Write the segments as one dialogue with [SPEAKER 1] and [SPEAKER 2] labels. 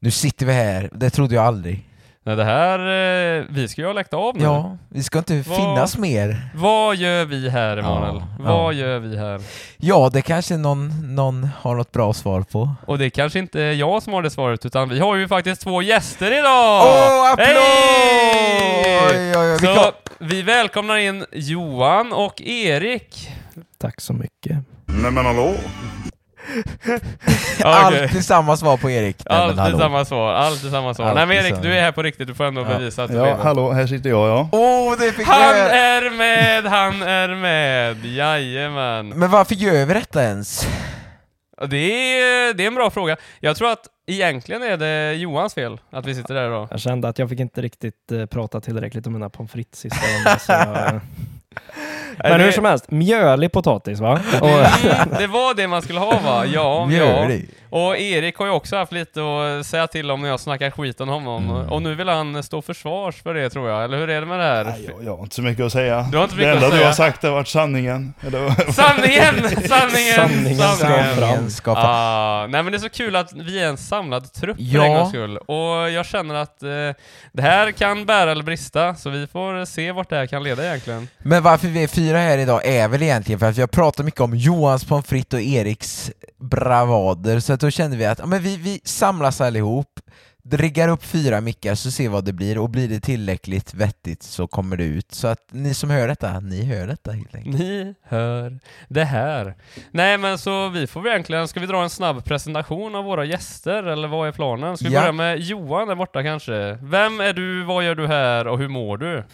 [SPEAKER 1] Nu sitter vi här, det trodde jag aldrig.
[SPEAKER 2] Nej, det här... Eh, vi ska ju ha lagt av nu.
[SPEAKER 1] Ja, vi ska inte
[SPEAKER 2] Vad-
[SPEAKER 1] finnas mer.
[SPEAKER 2] Vad gör vi här, Emanuel?
[SPEAKER 1] Ja,
[SPEAKER 2] Vad
[SPEAKER 1] ja.
[SPEAKER 2] gör vi här?
[SPEAKER 1] Ja, det kanske någon, någon har något bra svar på.
[SPEAKER 2] Och det är kanske inte jag som har det svaret, utan vi har ju faktiskt två gäster idag!
[SPEAKER 1] Åh, applåd!
[SPEAKER 2] Hej!
[SPEAKER 1] Oj, oj, oj. Vi
[SPEAKER 2] Så
[SPEAKER 1] kom-
[SPEAKER 2] vi välkomnar in Johan och Erik.
[SPEAKER 3] Tack så mycket.
[SPEAKER 4] Nej men hallå?
[SPEAKER 1] Alltid samma svar på Erik. Nej, men
[SPEAKER 2] Alltid
[SPEAKER 1] hallå.
[SPEAKER 2] samma svar, alltid samma svar. Nej men
[SPEAKER 1] Alltid
[SPEAKER 2] Erik,
[SPEAKER 1] samma.
[SPEAKER 2] du är här på riktigt, du får ändå bevisa att du
[SPEAKER 4] Ja,
[SPEAKER 2] är med.
[SPEAKER 4] hallå, här sitter jag ja.
[SPEAKER 1] Åh, det fick
[SPEAKER 2] Han
[SPEAKER 1] jag göra!
[SPEAKER 2] är med, han är med! Jajamän.
[SPEAKER 1] Men varför gör vi detta ens?
[SPEAKER 2] Ja, Det är, det är en bra fråga. Jag tror att egentligen är det Johans fel att vi sitter där idag.
[SPEAKER 3] Jag kände att jag fick inte riktigt eh, prata tillräckligt om mina pommes frites sista vändan, så jag... Men hur som helst, mjölig potatis va? Och,
[SPEAKER 2] Mm, det var det man skulle ha va? Ja,
[SPEAKER 1] Gör
[SPEAKER 2] ja.
[SPEAKER 1] det.
[SPEAKER 2] Och Erik har ju också haft lite att säga till om när jag snackar skit om honom.
[SPEAKER 1] Mm.
[SPEAKER 2] Och nu vill han stå försvars för det tror jag, eller hur är det med det här?
[SPEAKER 4] Nej, jag, jag har inte så mycket att säga.
[SPEAKER 2] Du har inte
[SPEAKER 4] det
[SPEAKER 2] mycket
[SPEAKER 4] enda
[SPEAKER 2] att
[SPEAKER 4] du
[SPEAKER 2] säga.
[SPEAKER 4] har sagt har varit sanningen. Eller,
[SPEAKER 2] Sanningen! Sanningen!
[SPEAKER 3] Sanningen ska fram.
[SPEAKER 1] Sanningen ska fram.
[SPEAKER 2] Ah, nej men det är så kul att vi är en samlad trupp
[SPEAKER 1] Ja.
[SPEAKER 2] för en gångs skull. Och jag känner att eh, det här kan bära eller brista, så vi får se vart det här kan leda egentligen.
[SPEAKER 1] Men varför vi är fyra här idag är väl egentligen för att vi har pratat mycket om Johans pommes frites och Eriks bravader, så att då kände vi att ja, men vi, vi samlas allihop, riggar upp fyra mickar så ser vi vad det blir, och blir det tillräckligt vettigt så kommer det ut. Så att ni som hör detta, ni hör detta helt enkelt.
[SPEAKER 2] Ni hör det här. Nej men så vi får väl egentligen, ska vi dra en snabb presentation av våra gäster eller vad är planen? Ska vi
[SPEAKER 1] Ja.
[SPEAKER 2] börja med Johan där borta kanske? Vem är du, vad gör du här och hur mår du?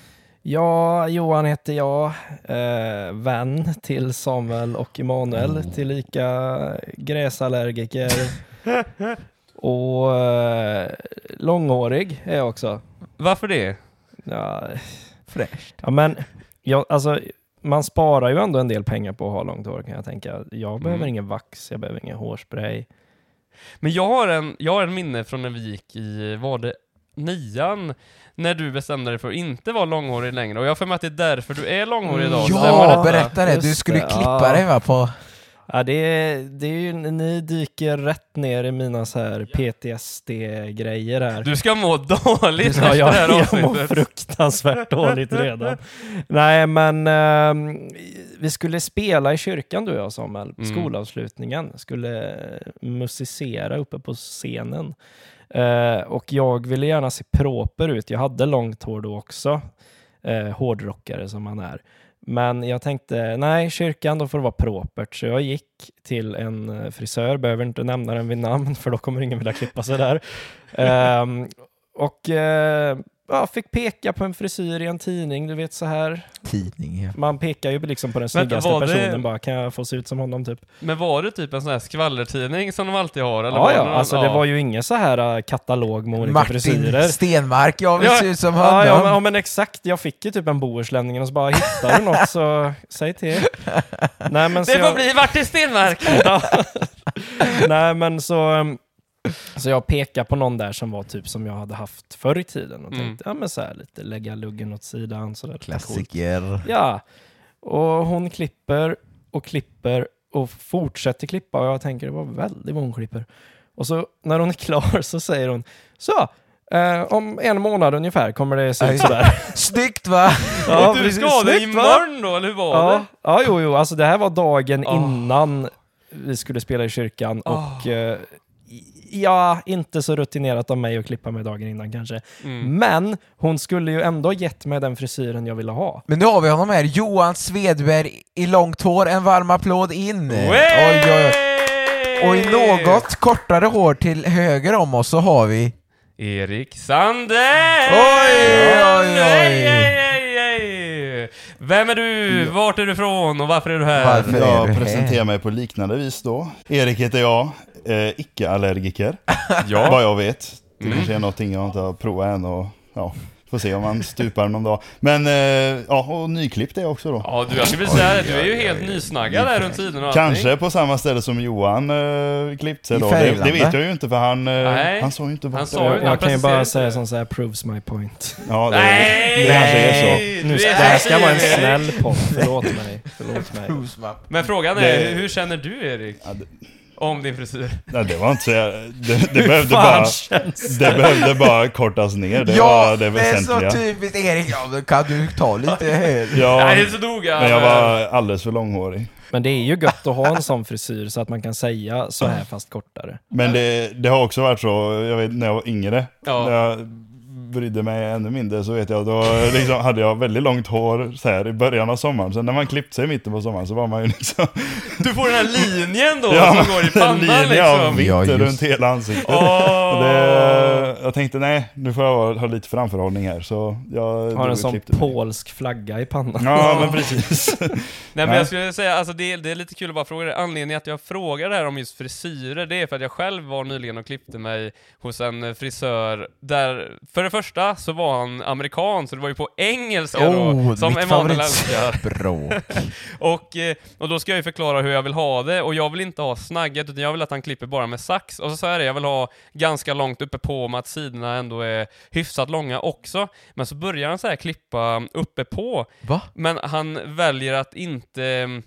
[SPEAKER 3] ja, Johan heter jag, eh, vän till Samuel och Emanuel,
[SPEAKER 4] Mm.
[SPEAKER 3] tillika gräsallergiker. och eh, långhårig är jag också.
[SPEAKER 2] Varför det?
[SPEAKER 3] Ja,
[SPEAKER 1] Fräscht.
[SPEAKER 3] ja men, jag, alltså, man sparar ju ändå en del pengar på att ha långt hår kan jag tänka. Jag behöver
[SPEAKER 2] Mm.
[SPEAKER 3] ingen vax, jag behöver ingen hårspray.
[SPEAKER 2] Men jag har en, jag har en minne från när vi gick i, var det nian? När du bestämde dig för att inte vara långhårig längre och jag har för mig att det är därför du är långhårig idag.
[SPEAKER 3] Ja,
[SPEAKER 2] Stämmer detta?
[SPEAKER 1] Ja, berätta det! Du
[SPEAKER 3] Just
[SPEAKER 1] skulle
[SPEAKER 3] det,
[SPEAKER 1] klippa
[SPEAKER 3] ja.
[SPEAKER 1] dig va, på...
[SPEAKER 3] Ja, det är, det är ju, ni dyker rätt ner i mina så här PTSD-grejer här.
[SPEAKER 2] Du ska må dåligt
[SPEAKER 3] Ja,
[SPEAKER 2] efter det
[SPEAKER 3] jag,
[SPEAKER 2] här
[SPEAKER 3] jag mår
[SPEAKER 2] avsnittet.
[SPEAKER 3] fruktansvärt dåligt redan. Nej, men ehm, vi skulle spela i kyrkan du och jag Samuel,
[SPEAKER 2] Mm.
[SPEAKER 3] skolavslutningen. Skulle musicera uppe på scenen. Eh, och jag ville gärna se proper ut. Jag hade långt hår då också. Eh, hårdrockare som man är. Men jag tänkte, nej, kyrkan, då får det vara propert. Så jag gick till en eh, frisör, behöver inte nämna den vid namn, för då kommer ingen vilja klippa sig där. Ehm, och eh, ja, fick peka på en frisyr i en tidning, du vet så här.
[SPEAKER 1] Tidning. ja.
[SPEAKER 3] Man pekar ju liksom på den
[SPEAKER 2] Vänta,
[SPEAKER 3] snyggaste
[SPEAKER 2] var det-
[SPEAKER 3] personen bara, kan jag få se ut som honom typ?
[SPEAKER 2] Men var det typ en sån här skvallertidning som de alltid har? Eller var
[SPEAKER 3] Ja, ja,
[SPEAKER 2] någon-
[SPEAKER 3] alltså det var ju ingen så här eh, katalog med olika frisyrer.
[SPEAKER 1] Martin Stenmark, jag vill
[SPEAKER 2] Ja,
[SPEAKER 1] se ut som
[SPEAKER 3] Ja, ja, men, ja,
[SPEAKER 1] honom.
[SPEAKER 3] men exakt. Jag fick ju typ en bohuslänningen och så bara, hittar du något så säg till. Nej, men så
[SPEAKER 1] Alltså,
[SPEAKER 2] Det får
[SPEAKER 3] jag-
[SPEAKER 2] bli Martin Stenmark!
[SPEAKER 3] Ja. Nej, men så... um, Så jag pekade på någon där som var typ som jag hade haft förr i tiden och
[SPEAKER 2] Mm.
[SPEAKER 3] tänkte, ja men så här lite lägga luggen åt sidan sådär. lite coolt.
[SPEAKER 1] Klassiker.
[SPEAKER 3] Ja. Och hon klipper och klipper och fortsätter klippa och jag tänker det var väldigt vad hon klipper. Och så när hon är klar så säger hon, så, eh, om en månad ungefär kommer det se
[SPEAKER 1] Ja,
[SPEAKER 3] ut
[SPEAKER 1] just det.
[SPEAKER 3] sådär.
[SPEAKER 1] Snyggt va?
[SPEAKER 3] Ja,
[SPEAKER 2] och du
[SPEAKER 3] precis.
[SPEAKER 2] skadade
[SPEAKER 3] Snyggt, va?
[SPEAKER 2] imorgon då, eller hur var
[SPEAKER 3] Ja,
[SPEAKER 2] det?
[SPEAKER 3] ja jo, jo, alltså det här var dagen
[SPEAKER 2] Ah.
[SPEAKER 3] innan vi skulle spela i kyrkan
[SPEAKER 2] Ah.
[SPEAKER 3] och eh, ja, inte så rutinerat av mig att klippa mig dagen innan kanske.
[SPEAKER 2] Mm.
[SPEAKER 3] Men hon skulle ju ändå ha gett mig den frisyren jag ville ha.
[SPEAKER 1] Men nu har vi honom här, Johan Svedberg i långt hår, en varm applåd in! Oj, oj, oj. Och i något kortare hår till höger om oss så har vi...
[SPEAKER 2] Erik Sandell!
[SPEAKER 1] Oj, oj, oj.
[SPEAKER 2] Ej, ej, ej, ej. Vem är du? Vart är du ifrån? Och varför är du här?
[SPEAKER 1] Varför? är du
[SPEAKER 4] jag
[SPEAKER 1] här?
[SPEAKER 4] presenterar mig på liknande vis då. Erik heter jag, eh, icke-allergiker,
[SPEAKER 2] Ja. Mm.
[SPEAKER 4] vad jag vet. Det kanske är någonting jag inte har provat än och ja, får se om man stupar någon dag. Men eh, ja, och nyklippt är jag också då.
[SPEAKER 2] Ja, du, jag skulle vilja säga det. Du är ju helt nysnaggad där runt tiden och allting.
[SPEAKER 4] Kanske på samma ställe som Johan eh, klippt sig
[SPEAKER 1] I
[SPEAKER 4] då. Det, det
[SPEAKER 1] Färgelanda.
[SPEAKER 4] vet jag ju inte för han,
[SPEAKER 2] Nej.
[SPEAKER 4] eh, han sa ju inte
[SPEAKER 2] Han
[SPEAKER 4] vart det
[SPEAKER 2] sa ju
[SPEAKER 3] Jag,
[SPEAKER 2] inte.
[SPEAKER 4] var.
[SPEAKER 3] jag kan ju
[SPEAKER 2] preciserar
[SPEAKER 3] bara
[SPEAKER 2] inte det.
[SPEAKER 3] säga som så här, proves my point.
[SPEAKER 4] Ja, det,
[SPEAKER 2] Nej!
[SPEAKER 4] det kanske är så.
[SPEAKER 2] Du
[SPEAKER 3] Nu,
[SPEAKER 2] är
[SPEAKER 3] det här ska vara en
[SPEAKER 2] Erik.
[SPEAKER 3] snäll podd, förlåt mig. Förlåt mig.
[SPEAKER 2] Men frågan är,
[SPEAKER 4] Det-
[SPEAKER 2] hur känner du Erik?
[SPEAKER 4] Ja, det,
[SPEAKER 2] om din frisyr.
[SPEAKER 4] Nej, det var inte så jag- det, det,
[SPEAKER 3] Hur
[SPEAKER 4] behövde
[SPEAKER 3] fan
[SPEAKER 4] bara,
[SPEAKER 3] känns
[SPEAKER 4] det behövde bara kortas ner. Det
[SPEAKER 1] ja,
[SPEAKER 4] var det
[SPEAKER 1] det är så
[SPEAKER 4] väsentliga.
[SPEAKER 1] typiskt Erik. Ja, men kan du ta lite här?
[SPEAKER 4] ja,
[SPEAKER 2] Nej, det är så noga.
[SPEAKER 4] men jag var alldeles för långhårig.
[SPEAKER 3] Men det är ju gött att ha en sån frisyr så att man kan säga så här fast kortare.
[SPEAKER 4] Men det, det har också varit så, jag vet när jag var yngre,
[SPEAKER 2] Ja.
[SPEAKER 4] när jag brydde mig ännu mindre så vet jag, då liksom hade jag väldigt långt hår så här i början av sommaren. Sen när man klippte sig i mitten på sommaren så var man ju liksom,
[SPEAKER 2] Du får den här linjen då
[SPEAKER 4] Ja,
[SPEAKER 2] som går i
[SPEAKER 4] en
[SPEAKER 2] pannan
[SPEAKER 4] linje av
[SPEAKER 2] liksom.
[SPEAKER 4] vitt
[SPEAKER 1] Ja, just.
[SPEAKER 4] runt hela ansiktet.
[SPEAKER 2] Åh.
[SPEAKER 4] Det, jag tänkte nej, nu får jag ha- ha lite framförhållning här. Så jag
[SPEAKER 3] Har
[SPEAKER 4] drog
[SPEAKER 3] en
[SPEAKER 4] och
[SPEAKER 3] sån
[SPEAKER 4] klippte mig.
[SPEAKER 3] polsk flagga i pannan.
[SPEAKER 4] Ja, men precis.
[SPEAKER 2] Nej men
[SPEAKER 4] Nej.
[SPEAKER 2] jag skulle säga, alltså det, är- det är lite kul att bara fråga det. Anledningen att jag frågar det här om just frisyrer, det är för att jag själv var nyligen och klippte mig hos en eh, frisör där, för det första så var han amerikan, så det var ju på engelska
[SPEAKER 1] Oh,
[SPEAKER 2] då, som
[SPEAKER 1] mitt
[SPEAKER 2] Emanuel älskar.
[SPEAKER 1] favoritspråk.
[SPEAKER 2] Och, eh, och då ska jag ju förklara hur jag vill ha det, och jag vill inte ha snagget, utan jag vill att han klipper bara med sax. Och så sa jag det, jag vill ha ganska långt uppe på med att sidorna ändå är hyfsat långa också. Men så börjar han så här klippa mm, uppe på
[SPEAKER 1] Va?
[SPEAKER 2] men han väljer att inte... mm,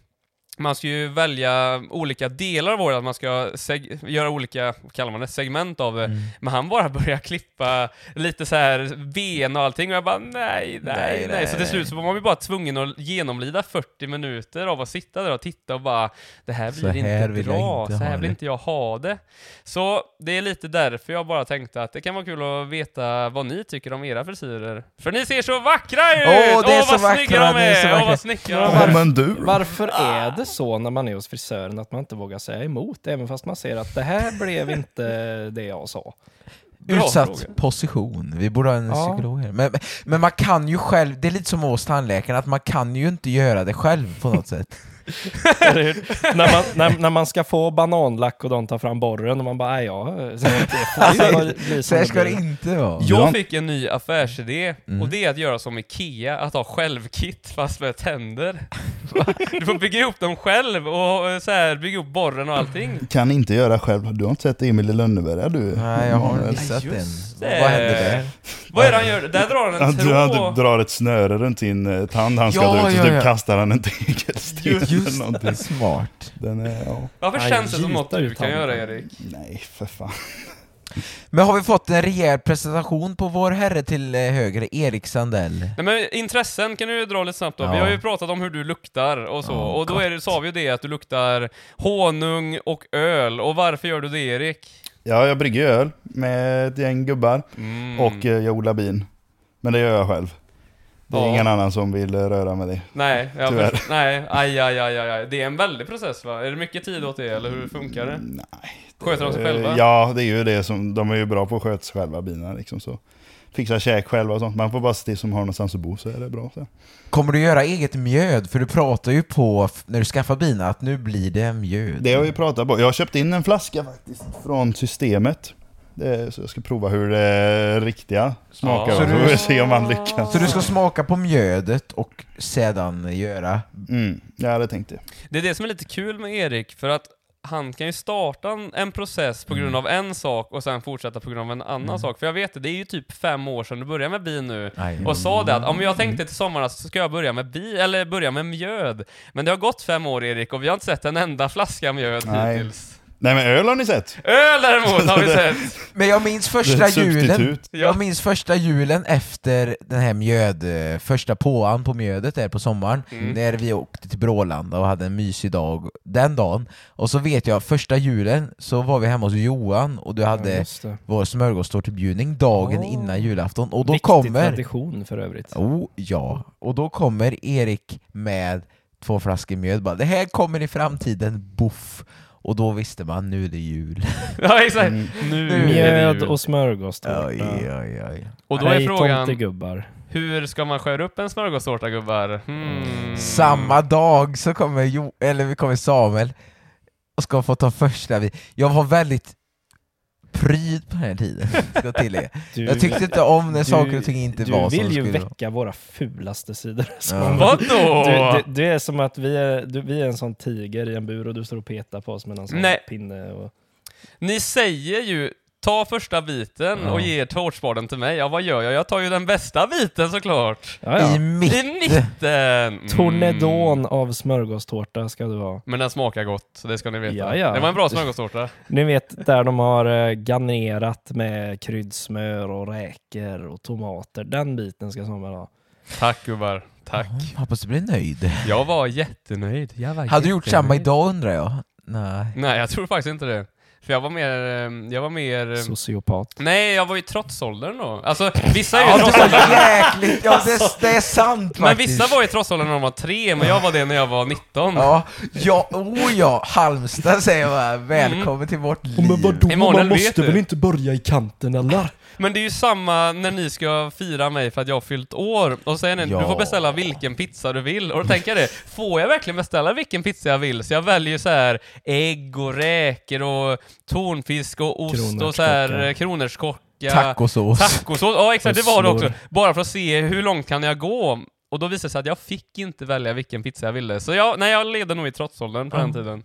[SPEAKER 2] Man ska ju välja olika delar av håret, att man ska seg- göra olika, vad kallar man det, segment av
[SPEAKER 1] Mm.
[SPEAKER 2] det. Men han bara börjar klippa lite så här ben och allting och jag bara nej, nej, nej.
[SPEAKER 1] Nej,
[SPEAKER 2] så
[SPEAKER 1] nej,
[SPEAKER 2] till slut
[SPEAKER 1] nej.
[SPEAKER 2] så var man ju bara tvungen att genomlida 40 minuter av att sitta där och titta och bara det här
[SPEAKER 1] Så
[SPEAKER 2] blir inte
[SPEAKER 1] här vill jag
[SPEAKER 2] bra,
[SPEAKER 1] inte
[SPEAKER 2] så här
[SPEAKER 1] ha
[SPEAKER 2] vill
[SPEAKER 1] det."
[SPEAKER 2] inte jag ha det. Så det är lite därför jag bara tänkte att det kan vara kul att veta vad ni tycker om era frisyrer. För ni ser så vackra ut!
[SPEAKER 1] Åh, det är
[SPEAKER 2] Åh,
[SPEAKER 1] så
[SPEAKER 2] vad
[SPEAKER 1] vackra,
[SPEAKER 2] snygga de
[SPEAKER 1] det är så
[SPEAKER 2] är! Åh,
[SPEAKER 1] vackra.
[SPEAKER 2] vad snygga de
[SPEAKER 3] Ja,
[SPEAKER 2] är!
[SPEAKER 4] men du
[SPEAKER 3] Varför är det så när man är hos frisören att man inte vågar säga emot, även fast man ser att det här blev inte det jag sa?
[SPEAKER 2] Bra
[SPEAKER 1] Utsatt
[SPEAKER 2] fråga.
[SPEAKER 1] position. Vi borde ha en
[SPEAKER 3] Ja.
[SPEAKER 1] psykolog här. Men, men man kan ju själv, det är lite som hos tandläkaren, att man kan ju inte göra det själv på något sätt.
[SPEAKER 3] Eller hur? när, man, när, när man ska få bananlack och de tar fram borren och man bara, nej ja, det får ju bli
[SPEAKER 1] Alltså, Så
[SPEAKER 3] som
[SPEAKER 1] här
[SPEAKER 3] det
[SPEAKER 1] ska det
[SPEAKER 3] blir."
[SPEAKER 1] inte vara.
[SPEAKER 2] Jag
[SPEAKER 4] Ja.
[SPEAKER 2] fick en ny affärsidé,
[SPEAKER 1] Mm.
[SPEAKER 2] och det är att göra som IKEA, att ha självkit fast med tänder. Va? Du får bygga ihop dem själv och eh, så här, bygga ihop borren och allting.
[SPEAKER 4] kan inte göra själv. Du har inte sett Emil i Lönneberga du?
[SPEAKER 1] Nej, jag har
[SPEAKER 4] Emanuel.
[SPEAKER 1] missat den.
[SPEAKER 2] Just det.
[SPEAKER 1] Vad hände där?
[SPEAKER 2] Vad är det han gör? Där drar han en
[SPEAKER 4] Att du
[SPEAKER 2] tråd.
[SPEAKER 4] hade- drar ett snöre runt sin eh, tand han ska
[SPEAKER 1] Ja,
[SPEAKER 4] dra ut, så
[SPEAKER 1] ja,
[SPEAKER 4] typ
[SPEAKER 1] ja.
[SPEAKER 4] kastar han en tegelsten eller
[SPEAKER 1] Just
[SPEAKER 4] någonting.
[SPEAKER 1] det, smart.
[SPEAKER 4] Den är, ja.
[SPEAKER 2] Varför
[SPEAKER 3] Nej,
[SPEAKER 2] känns det som något
[SPEAKER 3] gita
[SPEAKER 2] du
[SPEAKER 3] ut
[SPEAKER 2] kan
[SPEAKER 3] handen.
[SPEAKER 2] göra Erik?
[SPEAKER 4] Nej, för fan.
[SPEAKER 1] Men har vi fått en rejäl presentation på vår herre till eh, höger, Erik Sandell?
[SPEAKER 2] Nej men intressen kan du ju dra lite snabbt då. Vi
[SPEAKER 1] Ja.
[SPEAKER 2] har ju pratat om hur du luktar och så,
[SPEAKER 1] Ja,
[SPEAKER 2] och då är det, sa vi ju det att du luktar honung och öl, och varför gör du det Erik?
[SPEAKER 4] Ja, jag brygger öl med ett gäng gubbar
[SPEAKER 2] Mm.
[SPEAKER 4] och eh, jag odlar bin. Men det gör jag själv. Det är
[SPEAKER 2] Ja.
[SPEAKER 4] ingen annan som vill eh, röra med det.
[SPEAKER 2] Nej, jag
[SPEAKER 4] Tyvärr.
[SPEAKER 2] först- nej, aj, aj, aj, aj, aj. Det är en väldig process va? Är det mycket tid åt det, eller hur funkar det?
[SPEAKER 4] Nej.
[SPEAKER 2] Sköter de sig själva?
[SPEAKER 4] Eh, Ja, det är ju det som, de är ju bra på att sköta sig själva bina liksom så. Fixa käk själva och sånt. Man får bara se till som har någonstans att bo så är det bra. Så.
[SPEAKER 1] Kommer du göra eget mjöd? För du pratar ju på, f- när du skaffar bina, att nu blir det mjöd.
[SPEAKER 4] Det har vi pratat om. Jag har köpt in en flaska faktiskt från systemet. Det, så jag ska prova hur det riktiga smakar.
[SPEAKER 2] Ja.
[SPEAKER 4] Så
[SPEAKER 1] Så
[SPEAKER 4] får
[SPEAKER 1] du-
[SPEAKER 4] vi se om man lyckas.
[SPEAKER 1] Så du ska smaka på mjödet och sedan göra...
[SPEAKER 4] Mm, ja, det tänkte jag.
[SPEAKER 2] Det är det som är lite kul med Erik, för att han kan ju starta en, en process på
[SPEAKER 4] Mm.
[SPEAKER 2] grund av en sak och sen fortsätta på grund av en annan sak. För jag vet det, det är ju typ fem år sedan du började med bi nu.
[SPEAKER 1] Nej.
[SPEAKER 2] Och sa det att om
[SPEAKER 1] Mm.
[SPEAKER 2] jag tänkte till sommaren så ska jag börja med bi, eller börja med mjöd. Men det har gått fem år Erik och vi har inte sett en enda flaska mjöd
[SPEAKER 4] Nej.
[SPEAKER 2] hittills.
[SPEAKER 4] Nej men öl har ni sett?
[SPEAKER 2] Öl däremot har vi sett!
[SPEAKER 1] Men jag minns
[SPEAKER 4] Det är
[SPEAKER 1] första
[SPEAKER 4] ett substitut.
[SPEAKER 1] julen.
[SPEAKER 2] Ja.
[SPEAKER 1] Jag minns första julen efter den här mjöd, eh, första påan på mjödet där på sommaren,
[SPEAKER 2] Mm.
[SPEAKER 1] när vi åkte till Brålanda och hade en mysig dag den dagen. Och så vet jag, första julen så var vi hemma hos Johan och du hade
[SPEAKER 3] Ja, just det.
[SPEAKER 1] vår smörgåstårtebjudning dagen
[SPEAKER 3] Åh.
[SPEAKER 1] innan julafton. Och då
[SPEAKER 3] Viktig
[SPEAKER 1] kommer...
[SPEAKER 3] tradition för övrigt.
[SPEAKER 1] Oh ja, och då kommer Erik med två flaskor mjöd bara, det här kommer i framtiden, boff! Och då visste man, nu är det jul.
[SPEAKER 2] ja, exakt.
[SPEAKER 4] Mm.
[SPEAKER 2] Nu är det
[SPEAKER 3] Mjöd
[SPEAKER 2] jul.
[SPEAKER 3] och smörgåstårta.
[SPEAKER 1] Oj, oj, oj.
[SPEAKER 2] och då är
[SPEAKER 3] Hej,
[SPEAKER 2] frågan,
[SPEAKER 3] tomtegubbar.
[SPEAKER 2] Hur ska man skära upp en smörgåstårta gubbar? Hmm.
[SPEAKER 3] Mm.
[SPEAKER 1] Samma dag så kommer, jo, eller vi kommer Samuel och ska få ta första vi. Jag var väldigt pryd på den här tiden, ska jag tillägga.
[SPEAKER 3] Du-
[SPEAKER 1] Jag tyckte inte om när saker och ting inte
[SPEAKER 3] du
[SPEAKER 1] var som
[SPEAKER 3] vill
[SPEAKER 1] de
[SPEAKER 3] ju
[SPEAKER 1] skulle vara.
[SPEAKER 3] väcka våra fulaste sidor. som-
[SPEAKER 1] Ja.
[SPEAKER 2] Vadå?
[SPEAKER 3] Du, du, du är som att vi är, du, vi är en sån tiger i en bur och du står och petar på oss med någon sån
[SPEAKER 2] Nej.
[SPEAKER 3] pinne. Och,
[SPEAKER 2] Ni säger ju Ta första biten
[SPEAKER 1] Ja.
[SPEAKER 2] och ge tårtspaden till mig. Ja, vad gör jag? Jag tar ju den bästa biten såklart.
[SPEAKER 3] Ja, ja.
[SPEAKER 1] I
[SPEAKER 2] I
[SPEAKER 1] mitt...
[SPEAKER 2] mitten! Mm.
[SPEAKER 3] Tornedon av smörgåstårta ska du ha.
[SPEAKER 2] Men den smakar gott, så det ska ni veta.
[SPEAKER 3] Ja, ja.
[SPEAKER 2] Det var en bra smörgåstårta.
[SPEAKER 3] Ni vet där de har eh, garnerat med kryddsmör och räkor och tomater. Den biten ska sommaren ha.
[SPEAKER 2] Tack gubbar. Tack.
[SPEAKER 1] Hoppas du blir nöjd.
[SPEAKER 2] Jag var jättenöjd. Jag var
[SPEAKER 1] Hade du gjort
[SPEAKER 2] jättenöjd.
[SPEAKER 1] samma idag undrar jag? Nej.
[SPEAKER 2] Nej, jag tror faktiskt inte det. För jag var mer... eh, Jag var mer... eh,
[SPEAKER 3] Sociopat.
[SPEAKER 2] Nej, jag var ju trotsåldern då. Alltså, vissa är ju
[SPEAKER 1] Ja, det
[SPEAKER 2] trotsåldern.
[SPEAKER 1] var jäkligt! Ja, det, det är sant
[SPEAKER 2] Men
[SPEAKER 1] faktiskt.
[SPEAKER 2] vissa var ju trotsåldern när de var tre, men jag var det när jag var 19.
[SPEAKER 1] Ja, ja, oh ja, Halmstad säger jag
[SPEAKER 2] Mm.
[SPEAKER 1] bara. Välkommen till vårt liv.
[SPEAKER 2] Emanuel, Man måste vet du? väl
[SPEAKER 3] inte börja i kanten eller?
[SPEAKER 2] Men det är ju samma när ni ska fira mig för att jag har fyllt år, och säger ni du
[SPEAKER 1] Ja.
[SPEAKER 2] får beställa vilken pizza du vill. Och då tänker jag det, får jag verkligen beställa vilken pizza jag vill? Så jag väljer så här ägg och räkor och tonfisk och ost och så här
[SPEAKER 3] Kronärtskocka.
[SPEAKER 2] eh, kronärtskocka.
[SPEAKER 1] Tacosås.
[SPEAKER 2] Tacosås, ja exakt det var det
[SPEAKER 3] Musslor.
[SPEAKER 2] också. Bara för att se hur långt kan jag gå? Och då visade det sig att jag fick inte välja vilken pizza jag ville. Så jag, nej, jag levde nog i trotsåldern på den tiden.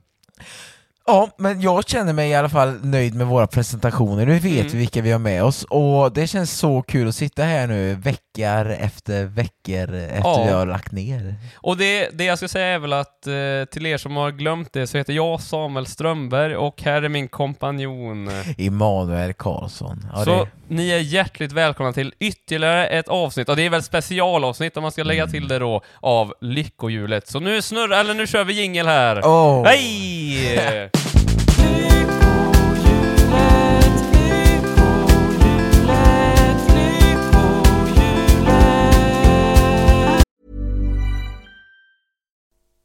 [SPEAKER 1] Ja, men jag känner mig i alla fall nöjd med våra presentationer. Nu vet
[SPEAKER 2] Mm.
[SPEAKER 1] vi vilka vi har med oss och det känns så kul att sitta här nu veckor efter veckor efter
[SPEAKER 2] Ja.
[SPEAKER 1] vi har lagt ner.
[SPEAKER 2] Och det, det jag ska säga är väl att eh, till er som har glömt det så heter jag Samuel Strömberg och här är min kompanjon.
[SPEAKER 1] Emanuel Karlsson. Ja,
[SPEAKER 2] så
[SPEAKER 1] det,
[SPEAKER 2] ni är hjärtligt välkomna till ytterligare ett avsnitt, och det är väl specialavsnitt om man ska
[SPEAKER 1] Mm.
[SPEAKER 2] lägga till det då, av Lyckohjulet. Så nu snurrar, eller nu kör vi jingel här.
[SPEAKER 1] oh.
[SPEAKER 2] Hej!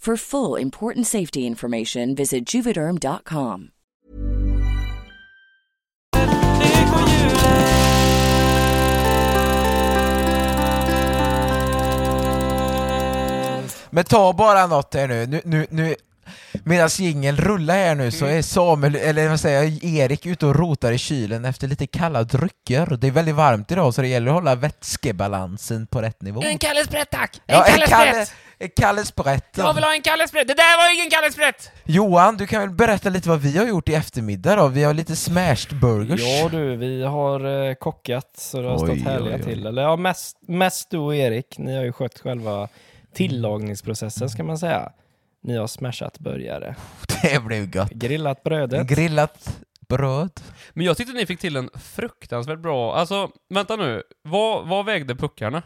[SPEAKER 5] For full important safety information, visit juvederm.com.
[SPEAKER 1] Men ta bara något här nu, nu, nu, nu medan jingeln rullar här nu
[SPEAKER 2] Mm.
[SPEAKER 1] så är Samuel, eller vad säger jag, Erik ute och rotar i kylen efter lite kalla drycker. Det är väldigt varmt idag så det gäller att hålla vätskebalansen på rätt nivå.
[SPEAKER 2] En Kalle Sprätt tack! En
[SPEAKER 1] Ja,
[SPEAKER 2] Kalle
[SPEAKER 1] en Kalle,
[SPEAKER 2] Sprätt!
[SPEAKER 1] en Kalle Sprätt.
[SPEAKER 2] Jag vill ha en Kalle Sprätt! Det där var ingen Kalle Sprätt!
[SPEAKER 1] Johan, du kan väl berätta lite vad vi har gjort i eftermiddag då? Vi har lite smashed burgers.
[SPEAKER 3] Ja du, vi har eh, kockat så det har
[SPEAKER 1] Oj,
[SPEAKER 3] stått härliga
[SPEAKER 1] oj, oj.
[SPEAKER 3] till. Eller ja, mest, mest du och Erik. Ni har ju skött själva tillagningsprocessen ska man säga. Ni har smashat burgare,
[SPEAKER 1] Det blev gott.
[SPEAKER 3] grillat brödet.
[SPEAKER 1] Grillat bröd.
[SPEAKER 2] Men jag tyckte ni fick till en fruktansvärt bra... Alltså, vänta nu. Vad, vad vägde puckarna?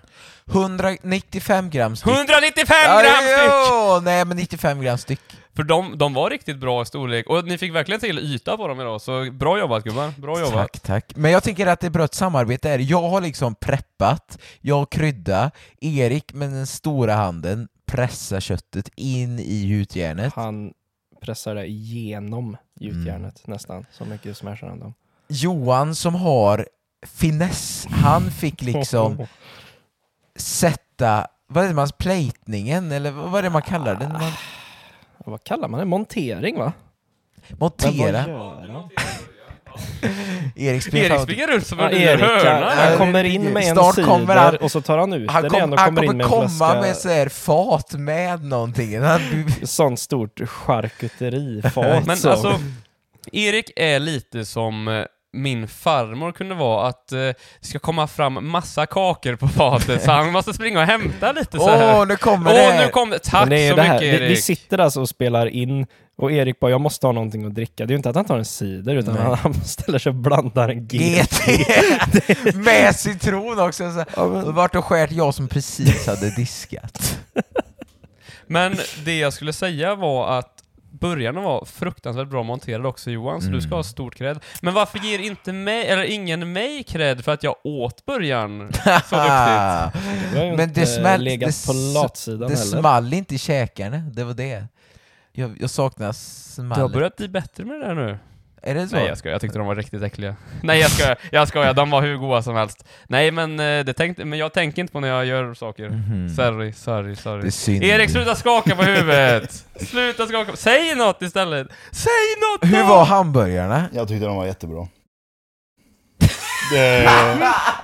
[SPEAKER 1] 195 gram styck.
[SPEAKER 2] 195
[SPEAKER 1] Ja,
[SPEAKER 2] gram styck!
[SPEAKER 1] jo, Nej, men 95 gram styck.
[SPEAKER 2] För de, de var riktigt bra i storlek, och ni fick verkligen till yta på dem idag, så bra jobbat gubbar. Bra jobbat.
[SPEAKER 1] Tack, tack. Men jag tänker att det är bra ett samarbete här. Jag har liksom preppat, jag har krydda, Erik med den stora handen pressar köttet in i gjutjärnet.
[SPEAKER 3] Han pressar det igenom gjutjärnet
[SPEAKER 1] Mm.
[SPEAKER 3] nästan. Så mycket smashar han dem.
[SPEAKER 1] Johan som har finess, han fick liksom sätta, vad är det man, plejtningen eller vad är det man kallar den? Man
[SPEAKER 3] Vad kallar man det? Montering va? Men vad
[SPEAKER 1] montera.
[SPEAKER 3] gör han?
[SPEAKER 1] Erik
[SPEAKER 2] Erik
[SPEAKER 1] springer fram-
[SPEAKER 2] springer runt som
[SPEAKER 3] Ja,
[SPEAKER 2] en
[SPEAKER 3] Erik, han,
[SPEAKER 2] hörna.
[SPEAKER 1] Ja,
[SPEAKER 3] han kommer in med en
[SPEAKER 1] Snart kommer
[SPEAKER 3] cider
[SPEAKER 1] han-
[SPEAKER 3] och så tar han ut
[SPEAKER 1] han,
[SPEAKER 3] den
[SPEAKER 1] kom,
[SPEAKER 3] igen och
[SPEAKER 1] han
[SPEAKER 3] kommer in
[SPEAKER 1] kommer
[SPEAKER 3] med en
[SPEAKER 1] komma
[SPEAKER 3] flaska.
[SPEAKER 1] med så här fat med någonting. Han,
[SPEAKER 3] sånt stort charkuterifat.
[SPEAKER 2] Men
[SPEAKER 3] så.
[SPEAKER 2] alltså, Erik är lite som eh, min farmor kunde vara att eh, det ska komma fram massa kakor på fatet så han måste springa och hämta lite så här.
[SPEAKER 1] Åh,
[SPEAKER 2] Åh,
[SPEAKER 1] nu kommer det!
[SPEAKER 2] nu kom det! Tack
[SPEAKER 3] Men det är ju
[SPEAKER 2] så
[SPEAKER 3] det här,
[SPEAKER 2] mycket Erik!
[SPEAKER 3] vi, vi sitter alltså och spelar in och Erik bara, jag måste ha någonting att dricka. Det är ju inte att han tar en cider, utan
[SPEAKER 1] Nej.
[SPEAKER 3] han, han ställer sig och blandar en GT.
[SPEAKER 1] GT! Med citron också! Så.
[SPEAKER 3] Ja,
[SPEAKER 1] Och
[SPEAKER 3] men,
[SPEAKER 1] vart och skärt jag som precis hade diskat.
[SPEAKER 2] Men det jag skulle säga var att början var fruktansvärt bra monterad också Johan, så du ska ha stort cred. Men varför ger inte mig, eller ingen mig cred för att jag åt början så duktigt?
[SPEAKER 3] du har ju
[SPEAKER 1] Men det
[SPEAKER 3] inte
[SPEAKER 1] smält-
[SPEAKER 3] legat
[SPEAKER 1] det
[SPEAKER 3] på
[SPEAKER 1] s-
[SPEAKER 3] latsidan
[SPEAKER 1] Det
[SPEAKER 3] heller.
[SPEAKER 1] small inte i käkarna, det var det. Jag, jag saknar
[SPEAKER 2] Du har
[SPEAKER 1] smallet.
[SPEAKER 2] börjat bli bättre med det där nu.
[SPEAKER 1] Är det så?
[SPEAKER 2] Nej jag skojar, jag tyckte de var riktigt äckliga. Nej jag skojar, jag skojar, de var hur goda som helst. Nej men, eh, det tänkte, men jag tänker inte på när jag gör saker.
[SPEAKER 1] Mhm.
[SPEAKER 2] Sorry, sorry, sorry.
[SPEAKER 1] Det är synd.
[SPEAKER 2] Erik sluta skaka på huvudet! Sluta skaka, på- säg något istället! Säg något
[SPEAKER 1] Hur
[SPEAKER 2] då!
[SPEAKER 1] var hamburgarna?
[SPEAKER 4] Jag tyckte de var jättebra. Det,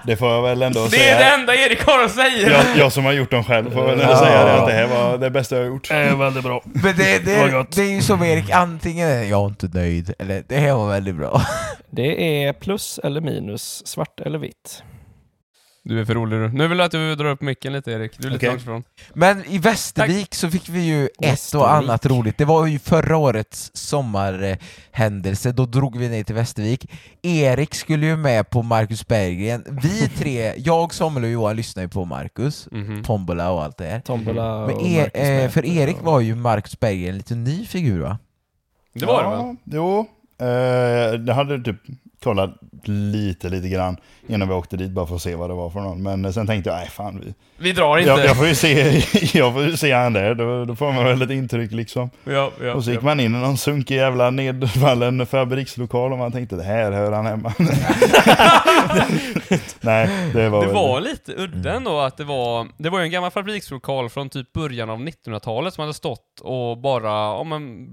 [SPEAKER 4] det får jag väl ändå
[SPEAKER 2] Det
[SPEAKER 4] säga.
[SPEAKER 2] är det enda Erik har att säga!
[SPEAKER 4] jag, jag som har gjort dem själv får väl ändå
[SPEAKER 1] Ja.
[SPEAKER 4] säga det, att det här var det bästa jag har gjort.
[SPEAKER 3] är Eh, väldigt bra.
[SPEAKER 1] Men det,
[SPEAKER 3] Vad
[SPEAKER 1] det,
[SPEAKER 3] gott.
[SPEAKER 1] det är ju som Erik, antingen är jag inte nöjd, eller det här var väldigt bra.
[SPEAKER 3] Det är plus eller minus, svart eller vitt.
[SPEAKER 2] Du är för rolig du. Nu vill jag att du drar upp micken lite Erik, du är lite
[SPEAKER 4] Okej.
[SPEAKER 2] långt ifrån.
[SPEAKER 1] Men i Västervik så fick vi ju ett
[SPEAKER 3] Västervik.
[SPEAKER 1] och annat roligt. Det var ju förra årets sommarhändelse, då drog vi ner till Västervik. Erik skulle ju med på Marcus Berggren. Vi tre, jag, Samuel och Johan lyssnade ju på Marcus, Tombola och allt det här.
[SPEAKER 3] Tombola
[SPEAKER 1] Men
[SPEAKER 3] och
[SPEAKER 1] e-
[SPEAKER 3] Marcus
[SPEAKER 1] eh,
[SPEAKER 3] med.
[SPEAKER 1] för Erik var ju Marcus Berggren en lite ny figur va?
[SPEAKER 2] Det var det väl?
[SPEAKER 4] ja, Jo, eh, jag hade typ kollat lite, lite grann innan vi åkte dit bara för att se vad det var för någon. Men sen tänkte jag, nej fan, vi,
[SPEAKER 2] Vi drar inte.
[SPEAKER 4] jag, jag får ju se, jag får ju se han där, då, då får man väl ett intryck liksom.
[SPEAKER 2] Ja, ja,
[SPEAKER 4] Och så gick
[SPEAKER 2] ja.
[SPEAKER 4] man in i någon sunkig jävla nedfallen fabrikslokal och man tänkte, det här hör han hemma. nej, det var
[SPEAKER 2] Det
[SPEAKER 4] väl-
[SPEAKER 2] var lite
[SPEAKER 4] Mm.
[SPEAKER 2] udda ändå att det var, det var ju en gammal fabrikslokal från typ början av 1900-talet som hade stått och bara, om man,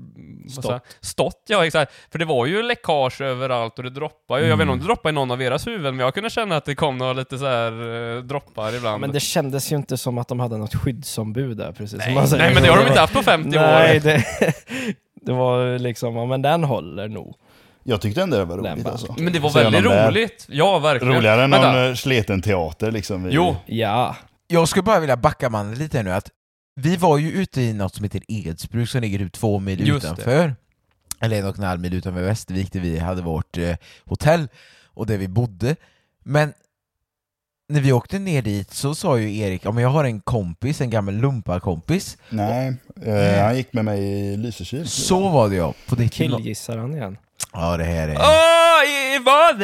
[SPEAKER 3] Stått.
[SPEAKER 2] stått ja exakt. För det var ju läckage överallt och det droppade
[SPEAKER 4] Mm.
[SPEAKER 2] ju. Jag vet inte om det droppade i någon av era huvuden, men jag kunde känna att det kom några lite så här eh, droppar ibland.
[SPEAKER 3] Men det kändes ju inte som att de hade något skyddsombud där precis. som
[SPEAKER 2] nej,
[SPEAKER 3] man säger.
[SPEAKER 2] nej men det har de inte haft på 50
[SPEAKER 3] Nej,
[SPEAKER 2] år.
[SPEAKER 3] det, det var liksom, ja, men den håller nog.
[SPEAKER 4] Jag tyckte ändå det var
[SPEAKER 3] Nej,
[SPEAKER 4] roligt
[SPEAKER 3] bara-
[SPEAKER 4] alltså.
[SPEAKER 2] Men det var
[SPEAKER 4] Se
[SPEAKER 2] väldigt
[SPEAKER 4] honom där.
[SPEAKER 2] roligt. Ja, verkligen.
[SPEAKER 4] Roligare än
[SPEAKER 2] Vänta.
[SPEAKER 4] någon eh, sleten teater liksom. i-
[SPEAKER 2] Jo,
[SPEAKER 3] Ja,
[SPEAKER 1] Jag skulle bara vilja backa bandet lite nu, att vi var ju ute i något som heter Edsbruk som ligger typ två mil
[SPEAKER 2] Just det.
[SPEAKER 1] utanför, eller en och en halv mil utanför Västervik där vi hade vårt eh, hotell och där vi bodde. Men när vi åkte ner dit så sa ju Erik, ja men jag har en kompis, en gammal lumparkompis.
[SPEAKER 4] Nej, eh, han gick med mig i Lysekil.
[SPEAKER 1] Så var det jag på ditt...
[SPEAKER 3] killgissar han igen.
[SPEAKER 1] Ja det här är...
[SPEAKER 2] Åh, i- i badet!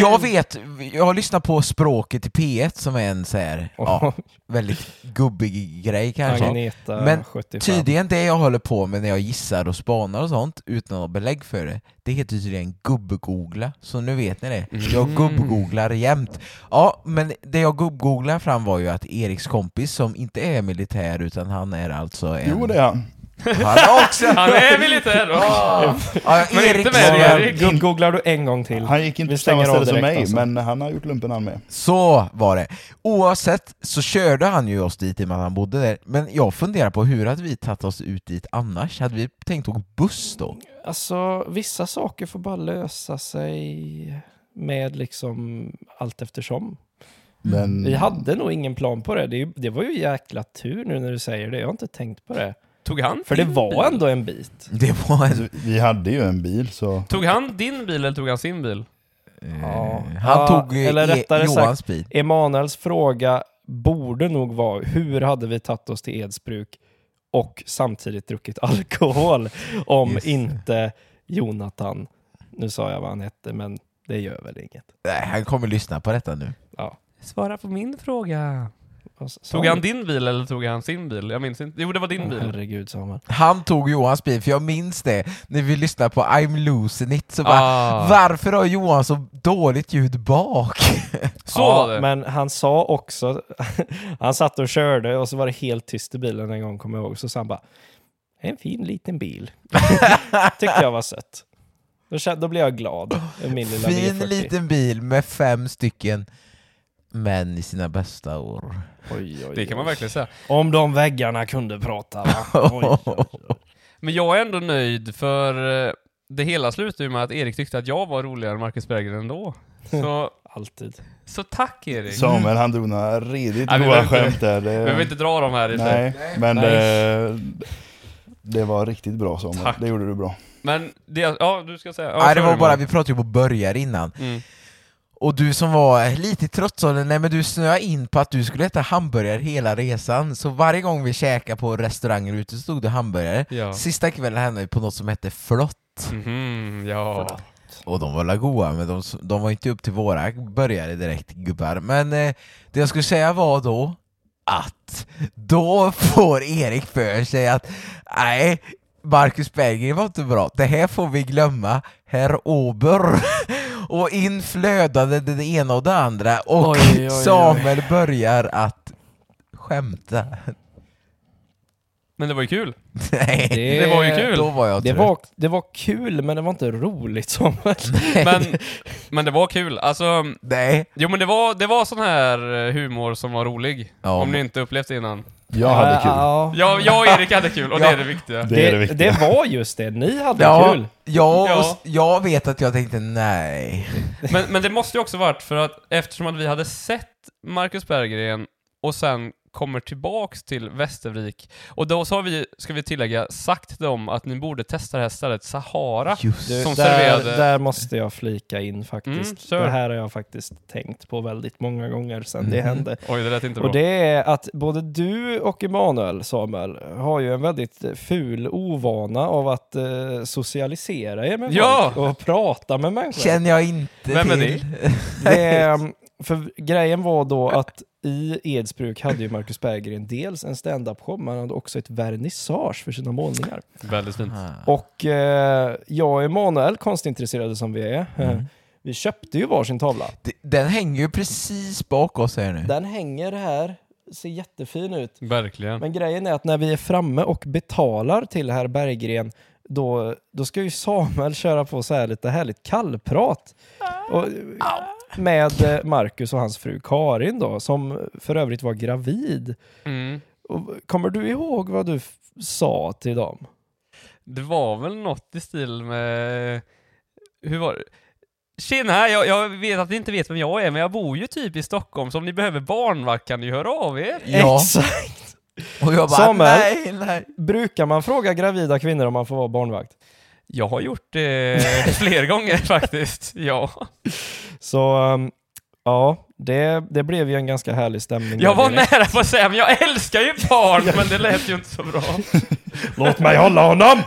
[SPEAKER 1] Eh. Jag vet, jag har lyssnat på Språket i P1 som är en så här, ja, väldigt gubbig grej kanske.
[SPEAKER 3] Agneta
[SPEAKER 1] Men
[SPEAKER 3] 75.
[SPEAKER 1] Tydligen det jag håller på med när jag gissar och spanar och sånt utan att ha belägg för det, det heter tydligen gubbgoogla. Så nu vet ni det. Jag
[SPEAKER 2] Mm.
[SPEAKER 1] gubbgooglar jämt. Ja, men det jag gubbgooglar fram var ju att Eriks kompis som inte är militär utan han är alltså en...
[SPEAKER 4] Jo, det är han.
[SPEAKER 1] Han är också!
[SPEAKER 2] Han är militär då.
[SPEAKER 1] Ah. Ja,
[SPEAKER 2] Men
[SPEAKER 1] Erik,
[SPEAKER 2] inte med
[SPEAKER 1] var-
[SPEAKER 2] Erik.
[SPEAKER 3] Gubb- Googlar du en gång till?
[SPEAKER 4] Han gick inte
[SPEAKER 3] Vi
[SPEAKER 4] till samma
[SPEAKER 3] stänger av
[SPEAKER 4] ställe som
[SPEAKER 3] direkt,
[SPEAKER 4] mig,
[SPEAKER 3] alltså.
[SPEAKER 4] men han har gjort lumpen han med.
[SPEAKER 1] Så var det. Oavsett så körde han ju oss dit i och med att han bodde där. Men jag funderar på hur hade vi tagit oss ut dit annars? Hade vi tänkt åka buss då?
[SPEAKER 3] Alltså, vissa saker får bara lösa sig med liksom allt eftersom.
[SPEAKER 4] Men
[SPEAKER 1] Mm.
[SPEAKER 3] Vi hade nog ingen plan på det. Det, är ju- det var ju jäkla tur nu när du säger det. Jag har inte tänkt på det.
[SPEAKER 2] Tog han
[SPEAKER 3] För det
[SPEAKER 2] din
[SPEAKER 3] var
[SPEAKER 1] Mm.
[SPEAKER 2] bil?
[SPEAKER 3] ändå en bit.
[SPEAKER 1] Det var en...
[SPEAKER 4] alltså, vi hade ju en bil, så...
[SPEAKER 2] Tog han din bil eller tog han sin bil?
[SPEAKER 3] Ja.
[SPEAKER 1] Han
[SPEAKER 3] Ja,
[SPEAKER 1] tog eh,
[SPEAKER 3] eller
[SPEAKER 1] E-
[SPEAKER 3] rättare
[SPEAKER 1] Johans bil.
[SPEAKER 3] Emanuels fråga borde nog vara hur hade vi tagit oss till Edsbruk och samtidigt druckit alkohol om
[SPEAKER 1] Just det.
[SPEAKER 3] inte Jonathan, nu sa jag vad han hette, men det gör väl inget.
[SPEAKER 1] Nej, han kommer lyssna på detta nu.
[SPEAKER 2] Svara på min fråga.
[SPEAKER 3] Och så-
[SPEAKER 2] Tog han din bil eller tog han sin bil? Jag minns inte. Jo, det var din
[SPEAKER 3] Åh,
[SPEAKER 2] bil.
[SPEAKER 3] Herregud, Samuel.
[SPEAKER 1] Han tog Johans bil, för jag minns det när vi lyssnade på I'm losing it, så bara
[SPEAKER 2] Ah.
[SPEAKER 1] Varför har Johan så dåligt ljud bak?
[SPEAKER 2] Så
[SPEAKER 3] ja,
[SPEAKER 2] var det.
[SPEAKER 3] Men han sa också, han satt och körde och så var det helt tyst i bilen en gång, kommer jag ihåg. Så sa han bara, en fin liten bil. Tyckte jag var sött. Då, kände, då blev jag glad. i Min lilla
[SPEAKER 1] Fin
[SPEAKER 3] V40.
[SPEAKER 1] liten bil med fem stycken män i sina bästa år.
[SPEAKER 3] Oj, oj,
[SPEAKER 2] Det kan man
[SPEAKER 3] oj.
[SPEAKER 2] verkligen säga.
[SPEAKER 3] Om de väggarna kunde prata va? Oj, oj, oj.
[SPEAKER 2] Men jag är ändå nöjd för eh, det hela slutade ju med att Erik tyckte att jag var roligare än Marcus Berggren ändå. Så,
[SPEAKER 3] Alltid.
[SPEAKER 2] så tack Erik!
[SPEAKER 4] Samuel han drog några riktigt
[SPEAKER 2] Nej, vi
[SPEAKER 4] goa
[SPEAKER 2] behöver inte-
[SPEAKER 4] skämt där. Det,
[SPEAKER 2] Vi vill inte dra dem här i sig.
[SPEAKER 4] nej, men
[SPEAKER 3] Nej.
[SPEAKER 4] Det, det var riktigt bra Samuel.
[SPEAKER 2] Tack.
[SPEAKER 4] Det gjorde du bra.
[SPEAKER 2] Men, det, ja du ska säga. Ja,
[SPEAKER 1] Nej, det
[SPEAKER 2] kör
[SPEAKER 1] var
[SPEAKER 2] du,
[SPEAKER 1] bara,
[SPEAKER 2] Mark.
[SPEAKER 1] vi pratade ju på börjar innan.
[SPEAKER 2] Mm.
[SPEAKER 1] Och du som var lite trött sa du, nej men du snöade in på att du skulle äta hamburgare hela resan. Så varje gång vi käkade på restauranger ute så stod det hamburgare.
[SPEAKER 2] Ja.
[SPEAKER 1] Sista kvällen hamnade vi på något som hette Flott.
[SPEAKER 2] Mhm, ja.
[SPEAKER 1] Och de var la goa, men de, de var inte upp till våra burgare direkt gubbar. Men eh, det jag skulle säga var då att då får Erik för sig att nej, Marcus Berggren var inte bra. Det här får vi glömma, herr Ober. Och in flödade det ena och det andra och
[SPEAKER 3] Oj, oj, oj.
[SPEAKER 1] Samuel börjar att skämta.
[SPEAKER 2] Men det var ju kul.
[SPEAKER 1] Nej,
[SPEAKER 3] Det-
[SPEAKER 2] Det var ju kul.
[SPEAKER 1] Då var jag
[SPEAKER 3] Det
[SPEAKER 1] trött.
[SPEAKER 3] var, det var kul, men det var inte roligt Samuel.
[SPEAKER 2] Men, men det var kul. Alltså,
[SPEAKER 1] Nej.
[SPEAKER 2] jo men det var, det var sån här eh, humor som var rolig.
[SPEAKER 1] Ja,
[SPEAKER 2] Om ni inte upplevt det innan.
[SPEAKER 4] Jag hade kul.
[SPEAKER 3] Ja,
[SPEAKER 2] Jag, jag och Erik hade kul och det är det viktiga.
[SPEAKER 4] Det är det
[SPEAKER 3] det,
[SPEAKER 4] viktiga.
[SPEAKER 3] var just det, ni hade
[SPEAKER 1] ja,
[SPEAKER 3] kul.
[SPEAKER 1] ja, och
[SPEAKER 2] Ja.
[SPEAKER 1] s- jag vet att jag tänkte nej.
[SPEAKER 2] Men, men det måste ju också varit för att eftersom att vi hade sett Marcus Berggren och sen kommer tillbaks till Västervik och då så har vi, ska vi tillägga, sagt till dem att ni borde testa det här stället Sahara.
[SPEAKER 1] Just
[SPEAKER 3] Du,
[SPEAKER 2] Som
[SPEAKER 3] där,
[SPEAKER 2] serverade-
[SPEAKER 3] där måste jag flika in
[SPEAKER 2] Mm,
[SPEAKER 3] faktiskt.
[SPEAKER 2] kör.
[SPEAKER 3] det här har jag faktiskt tänkt på väldigt många gånger sedan det
[SPEAKER 1] Mhm.
[SPEAKER 3] hände.
[SPEAKER 2] Oj, det lät inte bra.
[SPEAKER 3] Och det är att både du och Emanuel, Samuel, har ju en väldigt ful ovana av att eh, socialisera er med
[SPEAKER 2] Ja!
[SPEAKER 3] folk och prata med människor.
[SPEAKER 1] känner jag inte
[SPEAKER 2] Vem är
[SPEAKER 1] till.
[SPEAKER 3] Det, mm, för grejen var då att i Edsbruk hade ju Marcus Berggren dels en stand-up-show, men han hade också ett vernissage för sina målningar.
[SPEAKER 2] Väldigt fint.
[SPEAKER 1] Ah.
[SPEAKER 3] Och eh, jag och Emanuel, konstintresserade som vi är, eh,
[SPEAKER 1] Mm.
[SPEAKER 3] vi köpte ju varsin tavla.
[SPEAKER 1] D- Den hänger ju precis bak oss här nu.
[SPEAKER 3] Den hänger här, ser jättefin ut.
[SPEAKER 2] Verkligen.
[SPEAKER 3] Men grejen är att när vi är framme och betalar till herr Berggren, då, då ska ju Samuel köra på så här lite härligt kallprat. Och, med eh, Marcus och hans fru Karin då, som för övrigt var gravid.
[SPEAKER 2] Mm.
[SPEAKER 3] Och, kommer du ihåg vad du f- sa till dem?
[SPEAKER 2] Det var väl något i stil med... Hur var det? Tjena, jag, jag vet att ni inte vet vem jag är, men jag bor ju typ i Stockholm, så om ni behöver barnvakt kan ni höra av er.
[SPEAKER 1] Ja,
[SPEAKER 3] Exakt.
[SPEAKER 1] och jag bara
[SPEAKER 3] Samuel.
[SPEAKER 1] nej, nej.
[SPEAKER 3] Brukar man fråga gravida kvinnor om man får vara barnvakt?
[SPEAKER 2] Jag har gjort det fler gånger faktiskt, ja.
[SPEAKER 3] Så um, ja, det, det blev ju en ganska härlig stämning.
[SPEAKER 2] Jag
[SPEAKER 3] där
[SPEAKER 2] var
[SPEAKER 3] direkt.
[SPEAKER 2] nära på att säga, men jag älskar ju barn, men det lät ju inte så bra.
[SPEAKER 3] Låt mig hålla honom!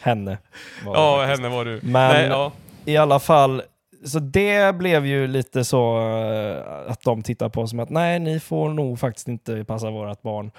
[SPEAKER 3] Henne. var det
[SPEAKER 2] Ja,
[SPEAKER 3] faktiskt.
[SPEAKER 2] henne var du.
[SPEAKER 3] Men-
[SPEAKER 2] Nej, ja.
[SPEAKER 3] I alla fall, så det blev ju lite så eh, att de tittar på oss som att nej, ni får nog faktiskt inte passa vårt barn.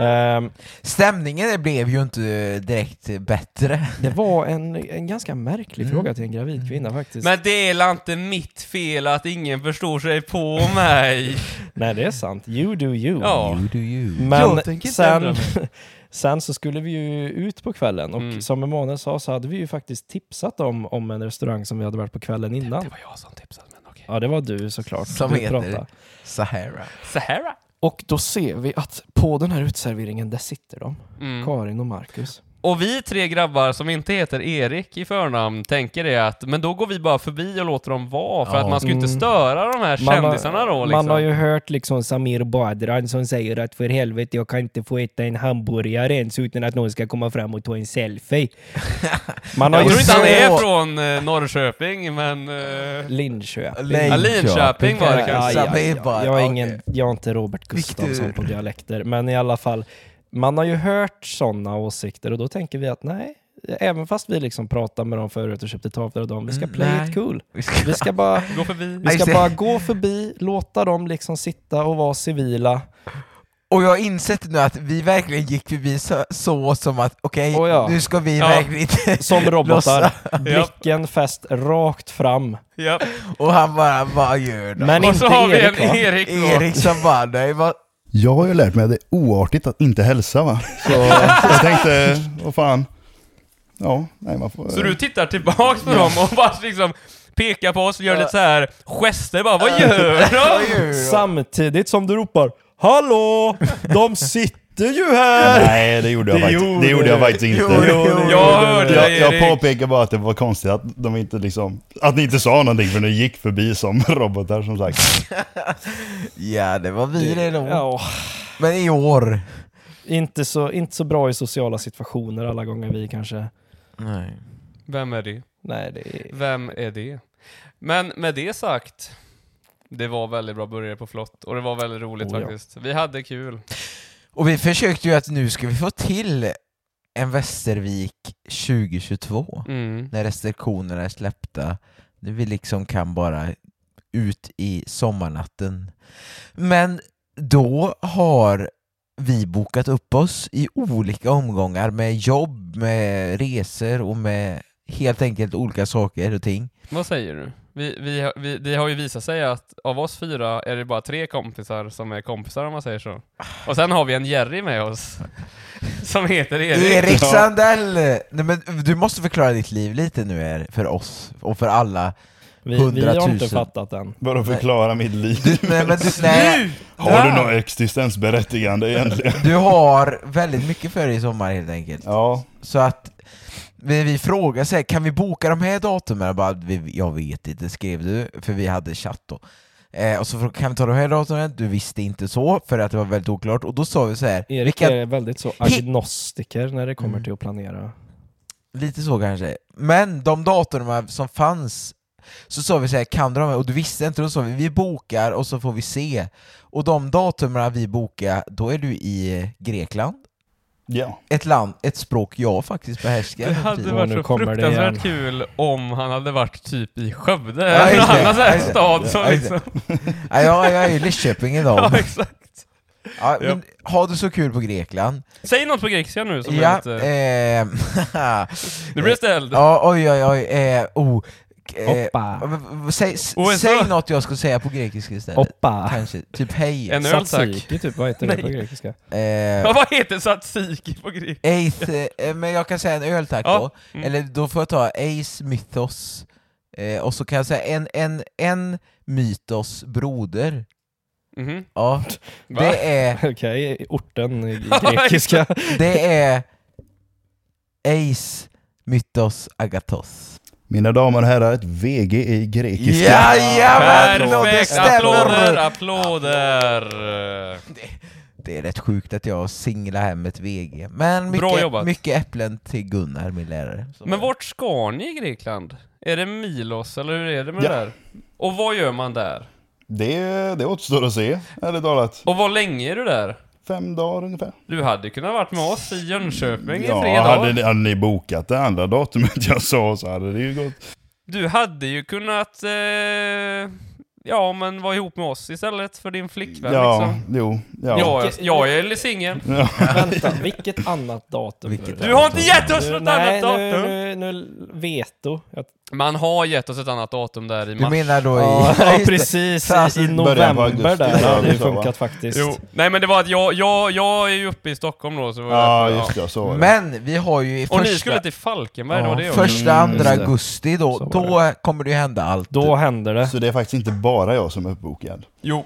[SPEAKER 3] Ehm,
[SPEAKER 1] Stämningen blev ju inte direkt bättre.
[SPEAKER 3] det var en, en ganska märklig
[SPEAKER 1] Mm.
[SPEAKER 3] fråga till en gravid kvinna faktiskt.
[SPEAKER 2] Men det är inte mitt fel att ingen förstår sig på mig.
[SPEAKER 3] Nej, det är sant. You do you.
[SPEAKER 2] Ja.
[SPEAKER 1] You do you.
[SPEAKER 3] Men
[SPEAKER 2] Jag tänker inte ändra
[SPEAKER 3] sen,
[SPEAKER 2] mig.
[SPEAKER 3] sen så skulle vi ju ut på kvällen och
[SPEAKER 2] Mm.
[SPEAKER 3] som Emanuel sa så hade vi ju faktiskt tipsat om, om en restaurang som vi hade varit på kvällen innan.
[SPEAKER 2] Det var jag som tipsade, men okej.
[SPEAKER 3] Ja, det var du såklart.
[SPEAKER 1] Som
[SPEAKER 3] du
[SPEAKER 1] heter-
[SPEAKER 3] pratade.
[SPEAKER 1] Sahara.
[SPEAKER 2] Sahara.
[SPEAKER 3] Och då ser vi att på den här utserveringen, där sitter de.
[SPEAKER 2] Mm.
[SPEAKER 3] Karin och Marcus.
[SPEAKER 2] Och vi tre grabbar som inte heter Erik i förnamn tänker det att, men då går vi bara förbi och låter dem vara, för
[SPEAKER 1] Ja.
[SPEAKER 2] att man ska ju inte
[SPEAKER 3] Mm.
[SPEAKER 2] störa de här
[SPEAKER 3] Man har-
[SPEAKER 2] kändisarna då liksom.
[SPEAKER 3] Man har ju hört liksom Samir Badran som säger att för helvete, jag kan inte få äta en hamburgare ens utan att någon ska komma fram och ta en selfie. Man har
[SPEAKER 2] Jag
[SPEAKER 3] ju
[SPEAKER 2] tror inte han är
[SPEAKER 1] Så-
[SPEAKER 2] från eh, Norrköping, men... eh,
[SPEAKER 3] Linköping.
[SPEAKER 1] Nej,
[SPEAKER 2] Ja, Linköping var det kanske.
[SPEAKER 1] Ja, ja, ja.
[SPEAKER 3] Jag, är
[SPEAKER 1] Okej.
[SPEAKER 3] ingen, jag är inte Robert
[SPEAKER 1] Victor.
[SPEAKER 3] Gustafsson på dialekter, men i alla fall. Man har ju hört sådana åsikter och då tänker vi att nej, även fast vi liksom pratade med dem förut och köpte tavlor av dem, vi ska
[SPEAKER 1] Mm,
[SPEAKER 3] play
[SPEAKER 1] nej.
[SPEAKER 3] it cool.
[SPEAKER 1] Vi ska-
[SPEAKER 3] Vi ska bara
[SPEAKER 2] Gå förbi.
[SPEAKER 3] Vi ska
[SPEAKER 1] Nej,
[SPEAKER 3] bara gå förbi, låta dem liksom sitta och vara civila.
[SPEAKER 1] Och jag har insett nu att vi verkligen gick förbi så, så som att okej,
[SPEAKER 3] Åh, ja.
[SPEAKER 1] nu ska vi
[SPEAKER 2] Ja.
[SPEAKER 1] verkligen inte...
[SPEAKER 3] Som robotar.
[SPEAKER 1] Lossa.
[SPEAKER 3] Blicken fäst rakt fram.
[SPEAKER 2] Ja.
[SPEAKER 1] Och han bara, vad gör du?
[SPEAKER 3] Men
[SPEAKER 2] Och
[SPEAKER 3] inte
[SPEAKER 2] så har vi
[SPEAKER 3] Erik
[SPEAKER 2] en
[SPEAKER 3] va?
[SPEAKER 2] Erik då.
[SPEAKER 1] Erik som bara, nej vad...
[SPEAKER 4] Jag har ju lärt mig att det är oartigt att inte hälsa va. Så jag tänkte, vad fan. Ja, nej man får...
[SPEAKER 2] Så du tittar tillbaks på dem och bara liksom pekar på oss och gör lite så här gester bara, vad gör
[SPEAKER 1] Vad
[SPEAKER 2] de?
[SPEAKER 1] gör du?
[SPEAKER 3] Samtidigt som du ropar Hallå! De sitter! du ju här!
[SPEAKER 4] Nej, det gjorde jag,
[SPEAKER 3] Det
[SPEAKER 4] faktiskt.
[SPEAKER 3] gjorde
[SPEAKER 4] det gjorde jag
[SPEAKER 3] det.
[SPEAKER 4] faktiskt inte.
[SPEAKER 1] Jo, jo,
[SPEAKER 2] Jag hörde
[SPEAKER 4] Jag,
[SPEAKER 2] dig
[SPEAKER 4] jag
[SPEAKER 2] Erik!
[SPEAKER 4] påpekar bara att det var konstigt att de inte liksom, att ni inte sa någonting för ni gick förbi som robotar som sagt.
[SPEAKER 1] Ja, det var vi det då.
[SPEAKER 3] Ja,
[SPEAKER 1] Men i år.
[SPEAKER 3] inte, så, inte så bra i sociala situationer alla gånger vi kanske.
[SPEAKER 1] Nej.
[SPEAKER 2] Vem är det?
[SPEAKER 3] Nej, det är...
[SPEAKER 2] Vem är det? Men med det sagt, det var väldigt bra burgare på flott och det var väldigt roligt
[SPEAKER 3] Oh, ja.
[SPEAKER 2] faktiskt. Vi hade kul.
[SPEAKER 1] Och vi försökte ju att nu ska vi få till en Västervik 2022.
[SPEAKER 2] Mm.
[SPEAKER 1] När restriktionerna är släppta. Nu vi liksom kan bara ut i sommarnatten. Men då har vi bokat upp oss i olika omgångar med jobb, med resor och med helt enkelt olika saker och ting.
[SPEAKER 2] Vad säger du? Vi, vi, har- vi, det har ju visat sig att av oss fyra är det bara tre kompisar som är kompisar om man säger så. Och sen har vi en Jerry med oss. Som heter Erik.
[SPEAKER 1] Erik Sandell! Nej, men du måste förklara ditt liv lite nu här för oss och för alla.
[SPEAKER 3] Vi, vi har inte
[SPEAKER 1] 100 000.
[SPEAKER 3] fattat den.
[SPEAKER 4] Bara förklara mitt liv.
[SPEAKER 1] Du, nej, men du, nej,
[SPEAKER 4] Har du något existensberättigande egentligen?
[SPEAKER 1] du har väldigt mycket för dig i sommar helt enkelt.
[SPEAKER 4] Ja,
[SPEAKER 1] Så att vi, vi frågar så här, kan vi boka de här datumen? Jag, bara, vi, jag vet inte, skrev du, för vi hade chatt då. Eh, och så frågade kan vi ta de här datumen? Du visste inte så, för att det var väldigt oklart. Och då sa vi så här, vi
[SPEAKER 3] Erik
[SPEAKER 1] kan-
[SPEAKER 2] eh,
[SPEAKER 3] är väldigt så agnostiker när det
[SPEAKER 1] Mm.
[SPEAKER 3] kommer till att planera.
[SPEAKER 1] Lite så kanske. Men de datorerna som fanns, så sa vi så här, kan du de här? Och du visste inte, då sa vi, vi bokar och så får vi se. Och de datorerna vi bokar, då är du i Grekland.
[SPEAKER 4] ja.
[SPEAKER 1] Ett land, ett språk jag faktiskt behärskar.
[SPEAKER 2] Det hade
[SPEAKER 3] Och
[SPEAKER 2] varit
[SPEAKER 3] nu
[SPEAKER 2] så
[SPEAKER 3] kommer det
[SPEAKER 2] fruktansvärt kul om han hade varit typ i Skövde,
[SPEAKER 1] Ja,
[SPEAKER 2] eller
[SPEAKER 1] just
[SPEAKER 2] någon
[SPEAKER 1] det.
[SPEAKER 2] annan sån här
[SPEAKER 1] Ja, just det.
[SPEAKER 2] stad som
[SPEAKER 1] Ja, just det.
[SPEAKER 2] liksom...
[SPEAKER 1] ja, jag, jag är i Lidköping idag.
[SPEAKER 2] Ja, exakt.
[SPEAKER 1] Ja,
[SPEAKER 2] ja.
[SPEAKER 1] men, ha det så kul på Grekland.
[SPEAKER 2] Säg något på grekiska nu som är
[SPEAKER 1] Ja,
[SPEAKER 2] lite...
[SPEAKER 1] eh,
[SPEAKER 2] Nu blir jag ställd.
[SPEAKER 1] ja, oj oj oj. Eh, oh, eh,
[SPEAKER 3] Oppa.
[SPEAKER 1] v- v- säg, s-
[SPEAKER 2] Oh, en
[SPEAKER 1] säg
[SPEAKER 2] sån.
[SPEAKER 1] något jag skulle säga på grekiska istället.
[SPEAKER 3] Oppa.
[SPEAKER 1] Kanske, typ hej.
[SPEAKER 2] En öl tack.
[SPEAKER 3] Tzatziki typ, vad heter det på
[SPEAKER 2] Nej.
[SPEAKER 3] grekiska?
[SPEAKER 1] Eh,
[SPEAKER 2] Ja, Vad heter tzatziki på grekiska?
[SPEAKER 1] Eighth, eh, men jag kan säga en öl tack
[SPEAKER 2] Ja,
[SPEAKER 1] då.
[SPEAKER 2] mm.
[SPEAKER 1] Eller då får jag ta Ace Mythos, eh, och så kan jag säga en, en, en Mythos broder.
[SPEAKER 2] Mhm.
[SPEAKER 1] Ja,
[SPEAKER 2] Va?
[SPEAKER 1] det är,
[SPEAKER 3] Okej, orten i grekiska.
[SPEAKER 1] det är Ace Mythos Agathos.
[SPEAKER 4] Mina damer och herrar, ett VG i grekiska.
[SPEAKER 1] Jajamän! och Det
[SPEAKER 2] Perfekt! Applåder,
[SPEAKER 1] stämmer!
[SPEAKER 2] applåder!
[SPEAKER 1] Det är rätt sjukt att jag singlar hem ett VG. Men
[SPEAKER 2] Bra
[SPEAKER 1] mycket,
[SPEAKER 2] jobbat.
[SPEAKER 1] mycket äpplen till Gunnar, min lärare. Så-
[SPEAKER 2] Men vart ska ni i Grekland? Är det Milos, eller hur är det med
[SPEAKER 4] Ja.
[SPEAKER 2] det där? Och vad gör man där?
[SPEAKER 4] Det, det återstår att se, ärligt talat.
[SPEAKER 2] Och vad länge är du där?
[SPEAKER 4] Fem dagar ungefär.
[SPEAKER 2] Du hade kunnat varit med oss i Jönköping i tre
[SPEAKER 4] Ja,
[SPEAKER 2] dagar.
[SPEAKER 4] hade, ni- hade ni bokat det andra datumet jag sa så hade det ju gått.
[SPEAKER 2] Du hade ju kunnat... Eh, ja, men vara ihop med oss istället för din flickvän
[SPEAKER 4] Ja,
[SPEAKER 2] liksom.
[SPEAKER 4] jo, ja.
[SPEAKER 2] Ja, jag, jag är singel.
[SPEAKER 3] Vänta, vilket annat datum?
[SPEAKER 1] Vilket
[SPEAKER 2] Du har inte gett oss något
[SPEAKER 3] Nej,
[SPEAKER 2] annat datum!
[SPEAKER 3] Nu, nu, nu veto. Jag,
[SPEAKER 2] Man har gett oss ett annat datum där i
[SPEAKER 1] Du
[SPEAKER 2] mars.
[SPEAKER 1] menar då i...
[SPEAKER 3] ja,
[SPEAKER 1] just det.
[SPEAKER 3] precis.
[SPEAKER 1] Fast-
[SPEAKER 3] I, i
[SPEAKER 4] Början på
[SPEAKER 3] november
[SPEAKER 4] augusti.
[SPEAKER 3] där
[SPEAKER 4] Ja, det
[SPEAKER 3] hade det
[SPEAKER 4] är så, va?
[SPEAKER 3] funkat faktiskt.
[SPEAKER 2] Jo. Nej men det var att jag, jag, jag är ju uppe i Stockholm då, så det var
[SPEAKER 4] Ja,
[SPEAKER 2] därför,
[SPEAKER 4] just det, så var det.
[SPEAKER 1] Men vi har ju i
[SPEAKER 2] Och
[SPEAKER 1] första...
[SPEAKER 2] ni skulle till Falkenberg, det var det jag gjorde.
[SPEAKER 1] Första,
[SPEAKER 4] Mm,
[SPEAKER 1] andra
[SPEAKER 4] just det.
[SPEAKER 1] augusti då,
[SPEAKER 3] Så var
[SPEAKER 1] då kommer det ju hända allt.
[SPEAKER 3] Då händer det.
[SPEAKER 4] Så det är faktiskt inte bara jag som är uppbokad.
[SPEAKER 2] Jo.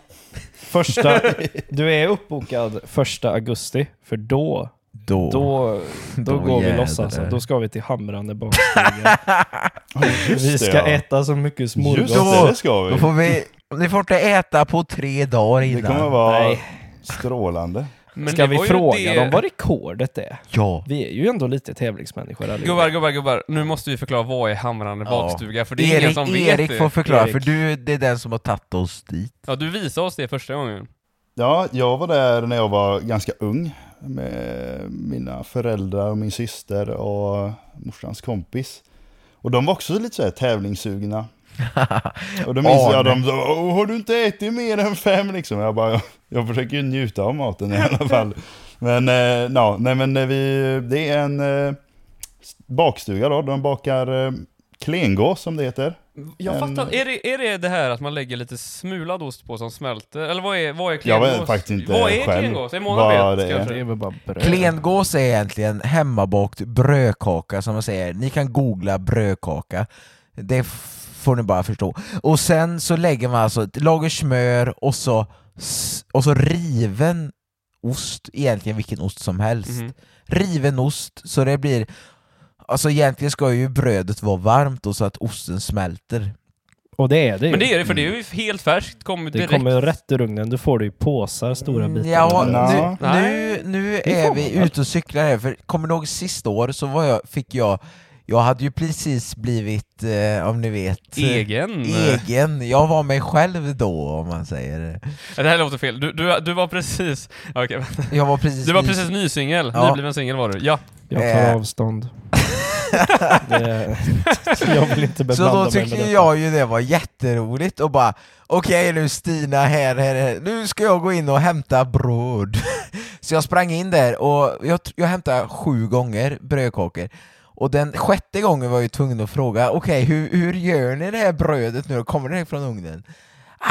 [SPEAKER 3] Första, du är uppbokad första augusti, för då,
[SPEAKER 1] Då.
[SPEAKER 3] då, då,
[SPEAKER 1] Då
[SPEAKER 3] går vi
[SPEAKER 1] jädrar.
[SPEAKER 3] loss alltså. Då ska vi till Hamrande bakstuga.
[SPEAKER 4] Ja, just
[SPEAKER 3] Vi ska
[SPEAKER 4] det, ja.
[SPEAKER 3] äta så mycket
[SPEAKER 4] Just
[SPEAKER 3] smörgås.
[SPEAKER 4] det, det ska
[SPEAKER 1] Då
[SPEAKER 4] vi.
[SPEAKER 1] får vi... Ni får inte äta på tre dagar
[SPEAKER 4] Det kommer
[SPEAKER 1] innan.
[SPEAKER 4] vara
[SPEAKER 3] Nej.
[SPEAKER 4] strålande.
[SPEAKER 2] Men
[SPEAKER 3] Ska
[SPEAKER 2] det
[SPEAKER 3] vi
[SPEAKER 2] var ju
[SPEAKER 3] fråga
[SPEAKER 2] det-
[SPEAKER 3] dem vad rekordet är?
[SPEAKER 1] Ja.
[SPEAKER 3] Vi är ju ändå lite tävlingsmänniskor allihopa.
[SPEAKER 2] Gubbar, gubbar, gubbar. Nu måste vi förklara vad är Hamrande
[SPEAKER 1] Ja.
[SPEAKER 2] bakstuga, för det är ingen
[SPEAKER 1] Erik,
[SPEAKER 2] som vet
[SPEAKER 1] Erik
[SPEAKER 2] det.
[SPEAKER 1] får förklara,
[SPEAKER 3] Erik.
[SPEAKER 1] för du det är den som har tagit oss dit.
[SPEAKER 2] Ja, du visade oss det första gången.
[SPEAKER 4] Ja, jag var där när jag var ganska ung med mina föräldrar och min syster och morsans kompis. Och de var också lite så här tävlingssugna. Och då minns jag
[SPEAKER 1] Arne.
[SPEAKER 4] de sa "Åh, har du inte ätit mer än fem liksom? Jag bara, jag, jag försöker ju njuta av maten i alla fall. Men, eh, ja, nej men eh, vi, det är en eh, bakstuga då, de bakar eh, klengås som det heter.
[SPEAKER 2] Jag
[SPEAKER 4] Men-
[SPEAKER 2] fattar. Är det, är det det här att man lägger lite smulad ost på som smälter? Eller vad är, vad är
[SPEAKER 4] Jag
[SPEAKER 2] klengås?
[SPEAKER 4] vet faktiskt inte
[SPEAKER 2] Vad är
[SPEAKER 4] själv
[SPEAKER 2] klengås? Är Mona
[SPEAKER 4] vad
[SPEAKER 2] vet
[SPEAKER 4] det är.
[SPEAKER 2] kanske?
[SPEAKER 3] väl bara bröd.
[SPEAKER 1] Klengås är egentligen hemmabakt brödkaka som man säger. Ni kan googla brödkaka. Det f- får ni bara förstå. Och sen så lägger man alltså ett lager smör och så, s- och så riven ost, egentligen vilken ost som helst.
[SPEAKER 2] Mhm.
[SPEAKER 1] Riven ost, så det blir... Alltså egentligen ska ju brödet vara varmt då, så att osten smälter.
[SPEAKER 3] Och det är det ju.
[SPEAKER 2] Men det är det, för det är ju helt färskt. Kommer
[SPEAKER 3] Det Mm,
[SPEAKER 2] direkt.
[SPEAKER 3] kommer rätt ur ugnen. Du får det i påsar, stora bitar.
[SPEAKER 1] Ja,
[SPEAKER 4] Nja.
[SPEAKER 1] Mm, nu, nu, nu
[SPEAKER 3] Det får
[SPEAKER 1] är
[SPEAKER 3] man
[SPEAKER 1] vi
[SPEAKER 3] väl.
[SPEAKER 1] ute och cyklar här, för kommer du ihåg sista år så var jag, fick jag, jag hade ju precis blivit, eh, om ni vet, eh,
[SPEAKER 2] Egen.
[SPEAKER 1] egen. Jag var mig själv då, om man säger det.
[SPEAKER 2] Ja, Det här låter fel. Du, du, du var precis... ja, okej.
[SPEAKER 1] Jag var precis...
[SPEAKER 2] Du var precis ny singel.
[SPEAKER 1] Ja.
[SPEAKER 2] Nybliven singel var du. Ja.
[SPEAKER 3] Jag tar
[SPEAKER 1] Eh.
[SPEAKER 3] avstånd. det, jag vill inte
[SPEAKER 1] Så
[SPEAKER 3] beblanda
[SPEAKER 1] då
[SPEAKER 3] mig med
[SPEAKER 1] tyckte
[SPEAKER 3] detta.
[SPEAKER 1] jag ju det var jätteroligt och bara Okej nu Stina här, här, här, nu ska jag gå in och hämta bröd Så jag sprang in där och jag, tr- jag hämtade sju gånger brödkakor Och den sjätte gången var jag ju tvungen att fråga Okej hur, hur gör ni det här brödet nu då? Kommer det här från ugnen?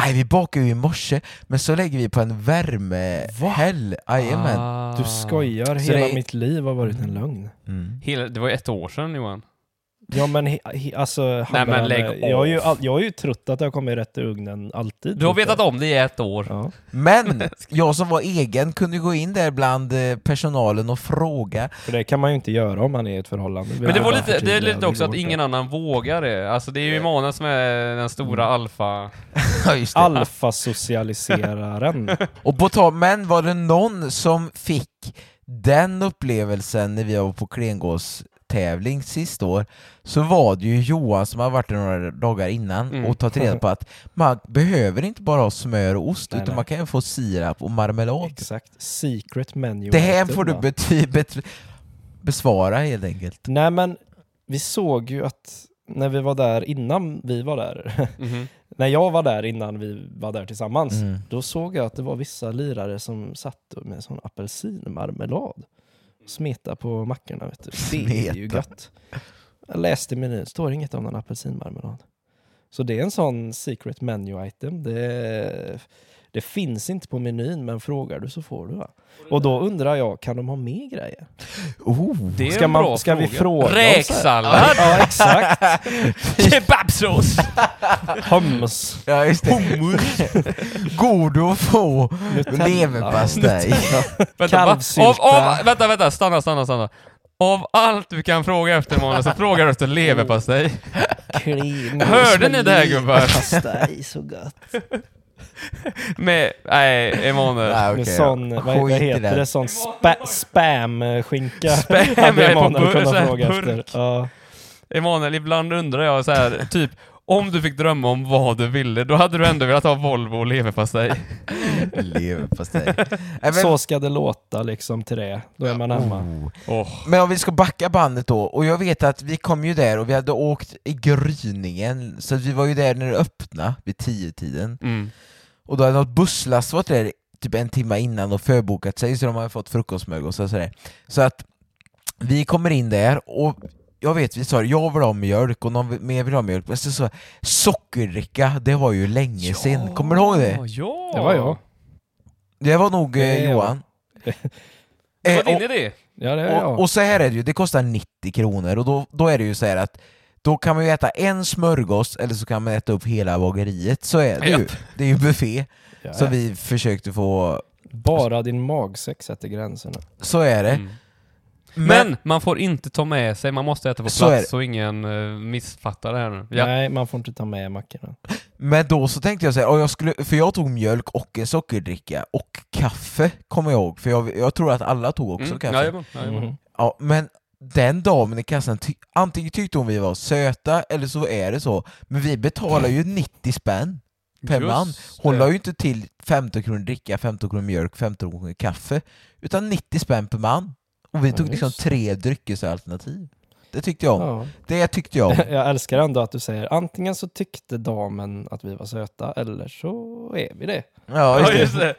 [SPEAKER 1] Nej vi bakar ju i morse, men så lägger vi på en värmehäll, jajamän
[SPEAKER 2] Ah.
[SPEAKER 3] Du skojar,
[SPEAKER 1] Så
[SPEAKER 3] hela
[SPEAKER 1] det-
[SPEAKER 3] mitt liv har varit en lögn.
[SPEAKER 1] mm.
[SPEAKER 2] Hela, det var ju ett år sedan Johan.
[SPEAKER 3] Ja men he, he, alltså, handlar
[SPEAKER 2] men
[SPEAKER 3] om-
[SPEAKER 2] lägg
[SPEAKER 3] jag, har ju,
[SPEAKER 2] av.
[SPEAKER 3] all- jag har ju trott att jag kommer rätt ur ugnen alltid.
[SPEAKER 2] Du har vetat om det i ett år.
[SPEAKER 3] Ja.
[SPEAKER 1] Men jag som var egen kunde ju gå in där bland eh, personalen och fråga
[SPEAKER 3] För det kan man ju inte göra om man är i ett förhållande. Vi
[SPEAKER 2] Men det
[SPEAKER 3] har
[SPEAKER 2] var
[SPEAKER 3] bara
[SPEAKER 2] lite, det är
[SPEAKER 3] förtydligat
[SPEAKER 2] lite också att
[SPEAKER 3] igår.
[SPEAKER 2] ingen annan vågar det. Alltså det är ju Emanuel som är den stora
[SPEAKER 3] Mm.
[SPEAKER 2] alfa...
[SPEAKER 1] Ja, just det.
[SPEAKER 3] Alfasocialiseraren.
[SPEAKER 1] Och på tal, men var det någon som fick den upplevelsen när vi var på Klengås-tävling sist år så var det ju Johan som hade varit där några dagar innan
[SPEAKER 2] Mm.
[SPEAKER 1] och tagit reda på att man behöver inte bara ha smör och ost
[SPEAKER 3] Nej,
[SPEAKER 1] utan
[SPEAKER 3] nej.
[SPEAKER 1] man kan ju få sirap och marmelad.
[SPEAKER 3] Exakt. Secret menu.
[SPEAKER 1] Det här får du
[SPEAKER 3] va?
[SPEAKER 1] bety- bet- besvara helt enkelt.
[SPEAKER 3] Nej men, vi såg ju att när vi var där innan vi var där,
[SPEAKER 2] Mhm.
[SPEAKER 3] när jag var där innan vi var där tillsammans,
[SPEAKER 1] Mm.
[SPEAKER 3] då såg jag att det var vissa lirare som satt med sån apelsinmarmelad och smeta på mackorna. Vet du. Det är ju
[SPEAKER 1] Smeta.
[SPEAKER 3] gött. Jag läste i menyn, står inget om någon apelsinmarmelad. Så det är en sån secret menu item. Det, det finns inte på menyn, men frågar du så får du. Va? Och då undrar jag, kan de ha med grejer?
[SPEAKER 1] Oh.
[SPEAKER 2] Det är
[SPEAKER 3] Ska
[SPEAKER 2] en
[SPEAKER 3] man-
[SPEAKER 2] bra
[SPEAKER 3] ska vi fråga om så här?
[SPEAKER 2] Räksallad!
[SPEAKER 3] Ja, exakt.
[SPEAKER 2] Kebabsås!
[SPEAKER 3] Hummus.
[SPEAKER 1] Ja, just det. Går du att få
[SPEAKER 3] Nutella.
[SPEAKER 1] leverpastej?
[SPEAKER 2] Vänta, va?
[SPEAKER 3] Kalvsylta.
[SPEAKER 2] av, av, vänta, vänta, stanna, stanna, stanna. Av allt du kan fråga efter Emanuel så frågar du efter leverpastej.
[SPEAKER 3] Mm. Clean.
[SPEAKER 2] Hörde ni det här, gubbar?
[SPEAKER 3] Pastej, så gött.
[SPEAKER 2] Med, nej, Emanuel.
[SPEAKER 1] Nej,
[SPEAKER 3] Med
[SPEAKER 1] okej,
[SPEAKER 3] sån,
[SPEAKER 1] ja.
[SPEAKER 3] vad, vad
[SPEAKER 1] Skit i
[SPEAKER 3] heter det, sån spa, spam-skinka.
[SPEAKER 2] Spam
[SPEAKER 3] Hade
[SPEAKER 2] är på
[SPEAKER 3] Emanuel
[SPEAKER 2] burk,
[SPEAKER 3] kunnat
[SPEAKER 2] så här,
[SPEAKER 3] fråga
[SPEAKER 2] burk.
[SPEAKER 3] efter. Ja.
[SPEAKER 2] Emanuel, ibland undrar jag så här, typ, om du fick drömma om vad du ville, då hade du ändå velat ha Volvo och leverpastej.
[SPEAKER 1] Leverpastej. Nej, Äh, men-
[SPEAKER 3] Så ska det låta liksom till det. Då är man hemma.
[SPEAKER 1] Oh.
[SPEAKER 2] Åh,
[SPEAKER 1] Men om vi ska backa bandet då, och jag vet att vi kom ju där och vi hade åkt i gryningen, så att vi var ju där när det öppnade vid tio tiden
[SPEAKER 2] mm.
[SPEAKER 1] och då hade något busslast varit där typ en timme innan och förbokat sig så de hade fått frukostmögos och sådär. Så att vi kommer in där och jag vet, vi sa jag vill ha mjölk och någon mer vill ha mjölk, men så, så sockerdricka, det var ju länge sedan, kommer du ihåg det?
[SPEAKER 2] Ja!
[SPEAKER 3] Det var jag.
[SPEAKER 1] Det var nog eh,
[SPEAKER 3] Det var-
[SPEAKER 1] Johan.
[SPEAKER 2] Du var
[SPEAKER 1] Eh, och-
[SPEAKER 2] din idé.
[SPEAKER 3] Ja, det är jag.
[SPEAKER 1] Och, och så här är det ju, det kostar 90 kronor och då, då är det ju så här att då kan man ju äta en smörgås eller så kan man äta upp hela bageriet, så är det ju.
[SPEAKER 2] Japp.
[SPEAKER 1] Det är ju buffé,
[SPEAKER 3] Ja.
[SPEAKER 1] som vi försökte få...
[SPEAKER 3] Bara din magsäck sätter gränserna.
[SPEAKER 1] Så är det.
[SPEAKER 2] Mm. Men man får inte ta med sig, man måste äta på
[SPEAKER 1] Så är det.
[SPEAKER 2] plats så ingen eh, missuppfattar det här nu. Ja.
[SPEAKER 3] Nej, man får inte ta med mackorna.
[SPEAKER 1] men då så tänkte jag så här, ja, jag skulle, för jag tog mjölk och en sockerdricka och kaffe, kommer jag ihåg, för jag, jag tror att alla tog också
[SPEAKER 2] Mm.
[SPEAKER 1] kaffe.
[SPEAKER 2] Jajamän, jajamän.
[SPEAKER 3] Mhm.
[SPEAKER 1] Ja, men den damen i kassan, ty- antingen tyckte hon vi var söta eller så är det så, men vi betalar ju 90 spänn per
[SPEAKER 2] Just
[SPEAKER 1] man. Hon
[SPEAKER 2] det.
[SPEAKER 1] la ju inte till 15 kronor dricka, 15 kronor mjölk, 15 kronor kaffe, utan 90 spänn per man. Och vi
[SPEAKER 3] Ja,
[SPEAKER 1] tog liksom
[SPEAKER 3] just.
[SPEAKER 1] tre dryckesalternativ. Det tyckte jag om.
[SPEAKER 3] Ja.
[SPEAKER 1] Det tyckte jag om.
[SPEAKER 3] Jag älskar ändå att du säger antingen så tyckte damen att vi var söta eller så är vi det.
[SPEAKER 1] Ja, just
[SPEAKER 2] Ja,
[SPEAKER 1] det.
[SPEAKER 2] just det.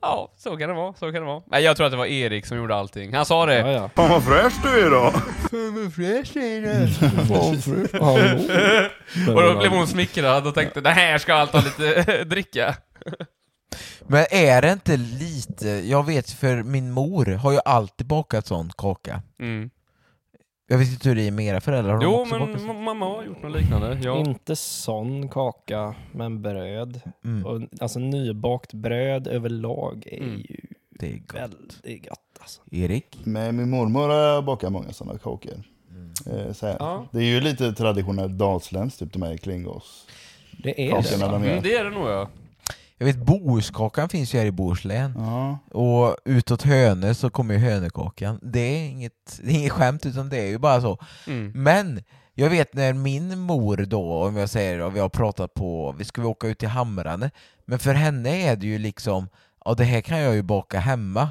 [SPEAKER 2] Ja, så kan det vara, så kan det vara. Nej, jag tror att det var Erik som gjorde allting. Han sa det.
[SPEAKER 3] Ja, ja.
[SPEAKER 4] Fan vad fräsch du är idag!
[SPEAKER 2] Och då blev hon smickrad och tänkte det här ska allt ha lite dricka.
[SPEAKER 1] Men är det inte lite, jag vet för min mor har ju alltid bakat sån kaka.
[SPEAKER 2] Mm.
[SPEAKER 1] Jag vet inte hur det är med era föräldrar, har de
[SPEAKER 2] Jo,
[SPEAKER 1] också
[SPEAKER 2] men
[SPEAKER 1] bakat sån?
[SPEAKER 2] ma- mamma har gjort något liknande. Ja.
[SPEAKER 3] Inte sån kaka, men bröd.
[SPEAKER 1] Mm.
[SPEAKER 3] Och, alltså nybakt bröd överlag är
[SPEAKER 2] Mm.
[SPEAKER 3] ju
[SPEAKER 1] Det är gott.
[SPEAKER 3] Väldigt gott alltså.
[SPEAKER 1] Erik?
[SPEAKER 4] Med min mormor har jag bakat många sådana kakor.
[SPEAKER 1] Mm.
[SPEAKER 4] Eh, så här.
[SPEAKER 2] Ja.
[SPEAKER 4] Det är ju lite traditionellt dalsländskt, typ de här Klingås.
[SPEAKER 3] Det är det.
[SPEAKER 4] Kakorna de
[SPEAKER 2] Mm,
[SPEAKER 4] gör.
[SPEAKER 2] det är det nog ja.
[SPEAKER 1] Jag vet Bohuskakan finns ju här i Bohuslän.
[SPEAKER 4] Ja.
[SPEAKER 1] Och utåt Hönö så kommer ju hönökakan. Det är inget, det är inget skämt utan det är ju bara så.
[SPEAKER 2] Mm.
[SPEAKER 1] Men jag vet när min mor då, om jag säger det, vi har pratat på, vi skulle åka ut till Hamrane. Men för henne är det ju liksom, ja det här kan jag ju baka hemma.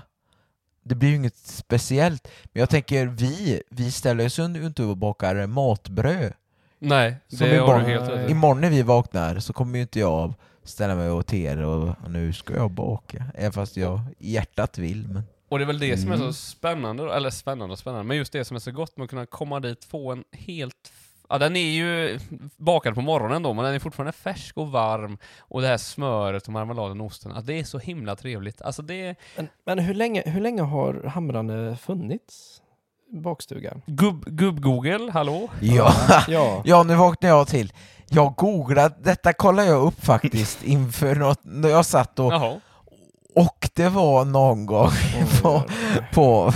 [SPEAKER 1] Det blir ju inget speciellt. Men jag tänker vi, vi ställer oss ju inte upp och bakar matbröd.
[SPEAKER 2] Nej,
[SPEAKER 1] Som
[SPEAKER 2] det
[SPEAKER 1] i
[SPEAKER 2] har du
[SPEAKER 1] barn-
[SPEAKER 2] helt rätt i.
[SPEAKER 1] Imorgon när vi vaknar så kommer ju inte jag ställa mig och till er och och nu ska jag baka. Även fast jag i hjärtat vill. Men...
[SPEAKER 2] Och det är väl det som är så
[SPEAKER 4] Mm.
[SPEAKER 2] spännande, då, eller spännande och spännande, men just det som är så gott med att kunna komma dit, få en helt... Ja, den är ju bakad på morgonen då, men den är fortfarande färsk och varm. Och det här smöret och marmeladen och osten, ja, det är så himla trevligt. Alltså det...
[SPEAKER 3] Men, men hur, länge, hur länge har Hamrande funnits? Bakstugan?
[SPEAKER 2] Gubb- Gubb-Google, hallå?
[SPEAKER 1] Ja.
[SPEAKER 3] Ja.
[SPEAKER 1] ja, nu vaknar jag till. Jag googlade, detta kollade jag upp faktiskt inför något, när jag satt och,
[SPEAKER 2] Jaha.
[SPEAKER 1] och det var någon gång på, på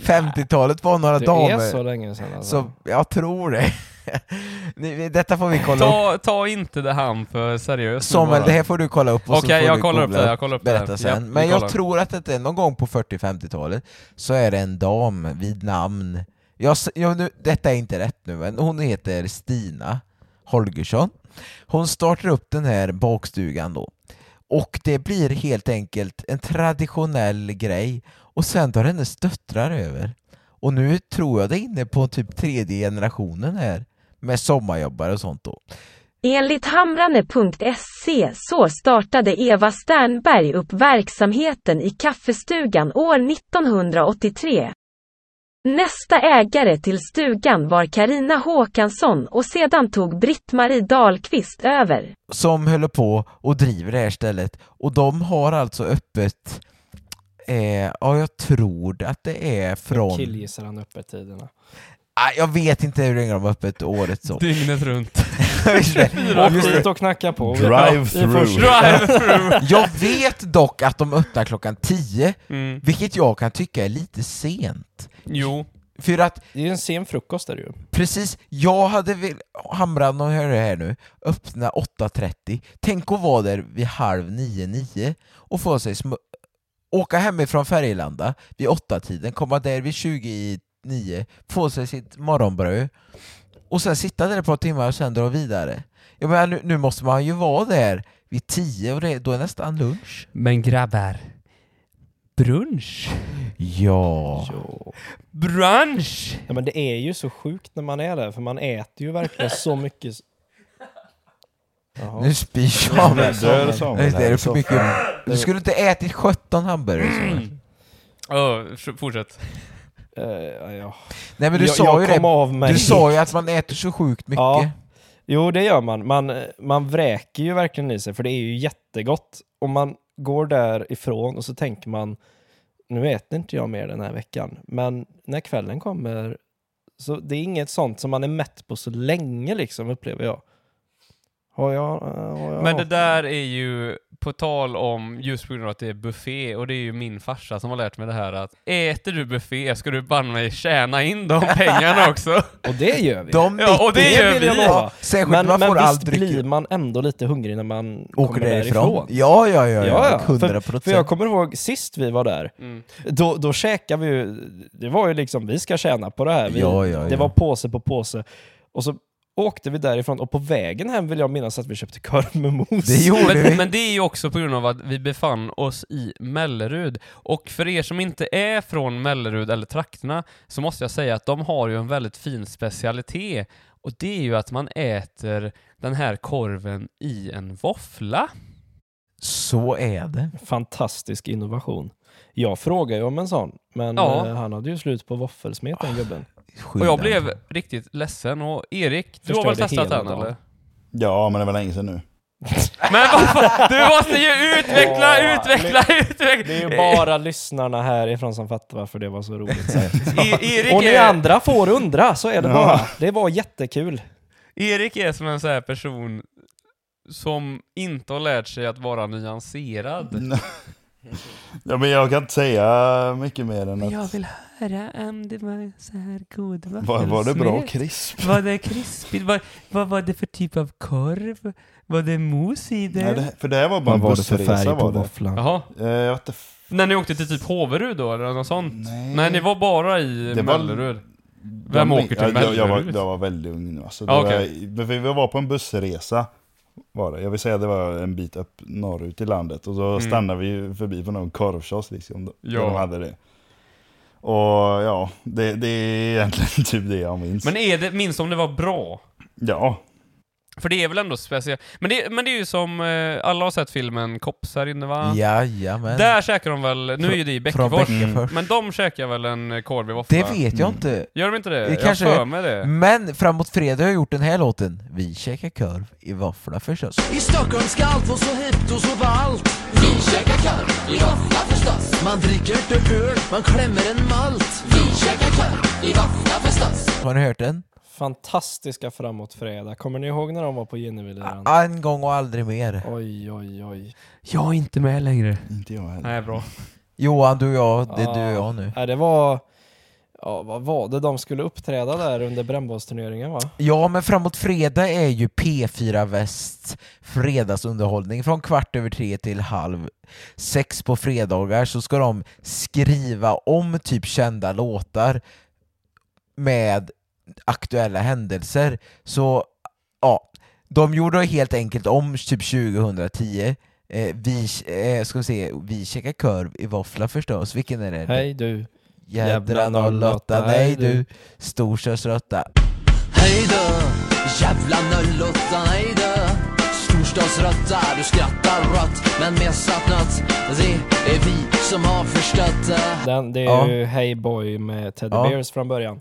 [SPEAKER 1] 40-50-talet var några
[SPEAKER 3] det är
[SPEAKER 1] damer.
[SPEAKER 3] så länge sedan alltså.
[SPEAKER 1] Så jag tror det. Ni- detta får vi kolla upp.
[SPEAKER 2] Ta, ta inte det han för seriöst. nu
[SPEAKER 1] Samuel,
[SPEAKER 2] bara.
[SPEAKER 1] det här får du kolla upp och
[SPEAKER 2] Okej,
[SPEAKER 1] så får
[SPEAKER 2] jag
[SPEAKER 1] du
[SPEAKER 2] kollar upp
[SPEAKER 1] googla
[SPEAKER 2] det. Jag kollar upp det.
[SPEAKER 1] berätta sen.
[SPEAKER 2] Japp, vi
[SPEAKER 1] Men jag
[SPEAKER 2] kollar.
[SPEAKER 1] tror att det är någon gång på 40-50-talet så är det en dam vid namn, jag, s- jag, nu, detta är inte rätt nu, men hon heter Stina Holgersson. Hon startar upp den här bakstugan då. Och det blir helt enkelt en traditionell grej och sen tar hennes döttrar över. Och nu tror jag det är inne på typ tredje generationen här med sommarjobbare och sånt då.
[SPEAKER 6] Enligt hamrane.se så startade Eva Sternberg upp verksamheten i kaffestugan år 1983. Nästa ägare till stugan var Karina Håkansson och sedan tog Britt-Marie Dahlqvist över.
[SPEAKER 1] som höll på och driver det här stället och de har alltså öppet Eh, ja, jag tror att det är
[SPEAKER 3] Så
[SPEAKER 1] från...
[SPEAKER 3] killgissar han öppettiderna.
[SPEAKER 1] Ah, jag vet inte hur länge de har öppet året så.
[SPEAKER 2] Dygnet runt.
[SPEAKER 1] Just
[SPEAKER 3] Åk
[SPEAKER 1] det.
[SPEAKER 3] dit och knacka på.
[SPEAKER 4] Drive-through.
[SPEAKER 2] Drive-through!
[SPEAKER 1] jag vet dock att de öppnar klockan 10,
[SPEAKER 2] Mm.
[SPEAKER 1] vilket jag kan tycka är lite sent.
[SPEAKER 2] Jo.
[SPEAKER 1] För att
[SPEAKER 3] Det är ju en sen frukost där ju.
[SPEAKER 1] precis, jag hade velat... Hamran, och hör det här nu, öppna 8.30. Tänk att vara där vid halv nio nio och få sig sm- åka hemifrån Färgelanda vid 8-tiden, komma där vid 20 i 9, få sig sitt morgonbröd och sen sitta där ett par timmar och sen dra vidare. Jag menar, nu, nu måste man ju vara där vid 10 och det, då är nästan lunch.
[SPEAKER 2] Men grabbar. Brunch?
[SPEAKER 1] Ja.
[SPEAKER 3] Ja.
[SPEAKER 2] Brunch!
[SPEAKER 3] Ja, men det är ju så sjukt när man är där, för man äter ju verkligen så mycket. s- Jaha.
[SPEAKER 1] Nu spyr Samuel.
[SPEAKER 4] Dör
[SPEAKER 1] Nej,
[SPEAKER 4] Samuel
[SPEAKER 1] det är
[SPEAKER 4] här.
[SPEAKER 1] för mycket. Du skulle inte ätit 17 hamburgare Samuel.
[SPEAKER 2] Ja, fortsätt.
[SPEAKER 3] Eh, ja, ja.
[SPEAKER 1] Nej men du
[SPEAKER 3] jag,
[SPEAKER 1] sa ju
[SPEAKER 3] jag kom
[SPEAKER 1] det.
[SPEAKER 3] av mig.
[SPEAKER 1] Du sa ju att man äter så sjukt mycket.
[SPEAKER 3] Ja. Jo, det gör man. man. Man vräker ju verkligen i sig, för det är ju jättegott. Och man går därifrån och så tänker man, nu äter inte jag mer den här veckan. Men när kvällen kommer, så det är inget sånt som man är mätt på så länge, liksom, upplever jag. Har jag... eh, Har jag
[SPEAKER 2] Men det där är ju, på tal om just på grund av att det är buffé, och det är ju min farsa som har lärt mig det här att äter du buffé ska du banne mig tjäna in de pengarna också.
[SPEAKER 3] Och det gör vi.
[SPEAKER 1] De
[SPEAKER 2] Ja, och det
[SPEAKER 1] dricker-
[SPEAKER 2] gör vi.
[SPEAKER 1] Ja, Särskilt
[SPEAKER 3] Men,
[SPEAKER 1] när man
[SPEAKER 3] men
[SPEAKER 1] får
[SPEAKER 3] visst
[SPEAKER 1] all dryck.
[SPEAKER 3] blir man ändå lite hungrig när man
[SPEAKER 1] åker
[SPEAKER 3] kommer
[SPEAKER 1] därifrån.
[SPEAKER 3] därifrån.
[SPEAKER 1] Ja, ja, ja, ja,
[SPEAKER 3] Ja, ja.
[SPEAKER 1] 100
[SPEAKER 3] För jag
[SPEAKER 1] procent.
[SPEAKER 3] kommer ihåg sist vi var där,
[SPEAKER 2] Mm.
[SPEAKER 3] då, då käkade vi ju, det var ju liksom vi ska tjäna på det här. Vi,
[SPEAKER 1] Ja, ja,
[SPEAKER 3] det
[SPEAKER 1] ja.
[SPEAKER 3] var påse på påse. Och så åkte vi därifrån och på vägen hem vill jag minnas att vi köpte korv med mos.
[SPEAKER 1] Det gjorde
[SPEAKER 2] Men,
[SPEAKER 1] vi.
[SPEAKER 2] men det är ju också på grund av att vi befann oss i Mellerud. Och för er som inte är från Mellerud eller trakterna så måste jag säga att de har ju en väldigt fin specialitet. Och det är ju att man äter den här korven i en våffla.
[SPEAKER 1] Så är det.
[SPEAKER 3] Fantastisk innovation. Jag frågade ju om en sån, men
[SPEAKER 2] Ja.
[SPEAKER 3] eh, han hade ju slut på våffelsmet den gubben.
[SPEAKER 1] Skydda.
[SPEAKER 2] Och jag blev riktigt ledsen och Erik, du har väl
[SPEAKER 3] Förstörde
[SPEAKER 2] testat
[SPEAKER 3] hela
[SPEAKER 2] den
[SPEAKER 3] dagen.
[SPEAKER 2] eller?
[SPEAKER 4] Ja, men det var länge sedan nu.
[SPEAKER 2] Men vad fan, du måste ju utveckla,
[SPEAKER 3] Åh,
[SPEAKER 2] utveckla, utveckla!
[SPEAKER 3] Det är ju bara lyssnarna härifrån som fattar varför det var så roligt sagt.
[SPEAKER 2] E- Erik,
[SPEAKER 3] Och ni
[SPEAKER 2] är,
[SPEAKER 3] andra får undra, så är det
[SPEAKER 4] Ja.
[SPEAKER 3] bara. Det var jättekul.
[SPEAKER 2] Erik är som en sån här
[SPEAKER 1] Mm.
[SPEAKER 2] person som inte har lärt sig att vara nyanserad.
[SPEAKER 4] Ja, men jag kan inte säga mycket mer än att...
[SPEAKER 2] vill höra om det var så här god
[SPEAKER 4] Var, var det bra krisp?
[SPEAKER 2] Var det krispigt? Vad, vad var det för typ av korv? Var det mos i
[SPEAKER 4] Nej, det, för det här var bara en
[SPEAKER 3] Vad var det för
[SPEAKER 4] bussresa
[SPEAKER 3] färg på
[SPEAKER 4] var det.
[SPEAKER 3] våfflan?
[SPEAKER 2] Jaha.
[SPEAKER 4] Eh, Jag vet inte f-
[SPEAKER 2] När ni åkte till typ Håverud då, eller något sånt?
[SPEAKER 1] Mm.
[SPEAKER 4] Nej.
[SPEAKER 2] Mm. Nej, ni var bara i
[SPEAKER 4] Det var-
[SPEAKER 2] Mellerud. Vem åker till
[SPEAKER 4] jag, jag, jag, var,
[SPEAKER 2] Mellerud?
[SPEAKER 4] jag var väldigt ung nu alltså. Det
[SPEAKER 2] Ja,
[SPEAKER 4] var-
[SPEAKER 2] okej.
[SPEAKER 4] men vi vi var på en bussresa. Var det. Jag vill säga att det var en bit upp norrut i landet. Och då
[SPEAKER 2] Mm.
[SPEAKER 4] stannade vi ju förbi på någon korvkiosk liksom. då-
[SPEAKER 2] Ja.
[SPEAKER 4] Där de hade det. Och ja, det, det är egentligen typ det jag minns.
[SPEAKER 2] Men är det, minns om det var bra?
[SPEAKER 4] Ja,
[SPEAKER 2] För det är väl ändå speciellt. Men det, men det är ju som, eh, alla har sett filmen Kopsar inne va?
[SPEAKER 1] Jajamän.
[SPEAKER 2] Där käkar de väl, nu är ju det i
[SPEAKER 1] Från
[SPEAKER 2] Bäckefors,
[SPEAKER 1] Bäckefors.
[SPEAKER 2] men de käkar väl en eh, korv i
[SPEAKER 3] Mm.
[SPEAKER 2] våffla?
[SPEAKER 1] Det vet jag inte.
[SPEAKER 2] Gör de inte det?
[SPEAKER 1] Det
[SPEAKER 2] jag
[SPEAKER 1] kanske- Mm.
[SPEAKER 2] kanske... för mig det.
[SPEAKER 1] Men framåt fredag har jag gjort den här låten. Vi käkar korv i våffla förstås.
[SPEAKER 7] I Stockholm ska allt vara så hippt och så ballt Vi käkar korv i våffla förstås Man dricker inte öl, man klämmer en malt Vi käkar korv i våffla förstås
[SPEAKER 1] Har ni hört den?
[SPEAKER 3] Fantastiska framåt fredag. Kommer ni ihåg när de var på Gennevilliran?
[SPEAKER 1] En gång och aldrig mer.
[SPEAKER 3] Oj, oj, oj.
[SPEAKER 2] Jag är inte med längre.
[SPEAKER 4] inte jag heller.
[SPEAKER 2] Nej, bra.
[SPEAKER 1] Johan, du och jag, det är
[SPEAKER 3] Ja.
[SPEAKER 1] du och jag nu.
[SPEAKER 3] Ah. Nej, det var... Ja, vad var det de skulle uppträda där under brännbollsturneringen va?
[SPEAKER 1] Ja, men framåt fredag är ju P4 Västs fredagsunderhållning från kvart över tre till halv sex på fredagar så ska de skriva om typ kända låtar med aktuella händelser. Så ja, de gjorde helt enkelt om typ 2010. Eh, vi, eh, ska vi se, vi käkar korv i våffla förstås. Vilken är det?
[SPEAKER 3] Hej du.
[SPEAKER 1] Jädra 08, nej du, storstadsrötta.
[SPEAKER 7] Hej då, jävla 08, hej då Storstadsrötta, du skrattar rått Men mest att nåt, det är vi som har förstått det
[SPEAKER 3] Den, det är
[SPEAKER 1] Ja.
[SPEAKER 3] ju Hey Boy med Teddy
[SPEAKER 1] Ja.
[SPEAKER 3] Bears från början.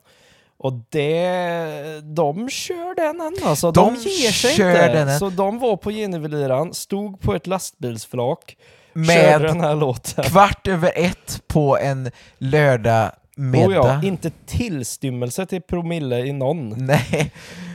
[SPEAKER 3] Och det, de kör den än alltså. De,
[SPEAKER 1] De
[SPEAKER 3] ger sig
[SPEAKER 1] kör
[SPEAKER 3] inte.
[SPEAKER 1] den än.
[SPEAKER 3] Så de var på Gennevilliran, stod på ett lastbilsflak,
[SPEAKER 1] Med
[SPEAKER 3] körde den här låten.
[SPEAKER 1] kvart över ett på en lördag
[SPEAKER 3] Oh ja,
[SPEAKER 1] middag.
[SPEAKER 3] inte tillstymmelse till promille i någon.
[SPEAKER 1] Nej.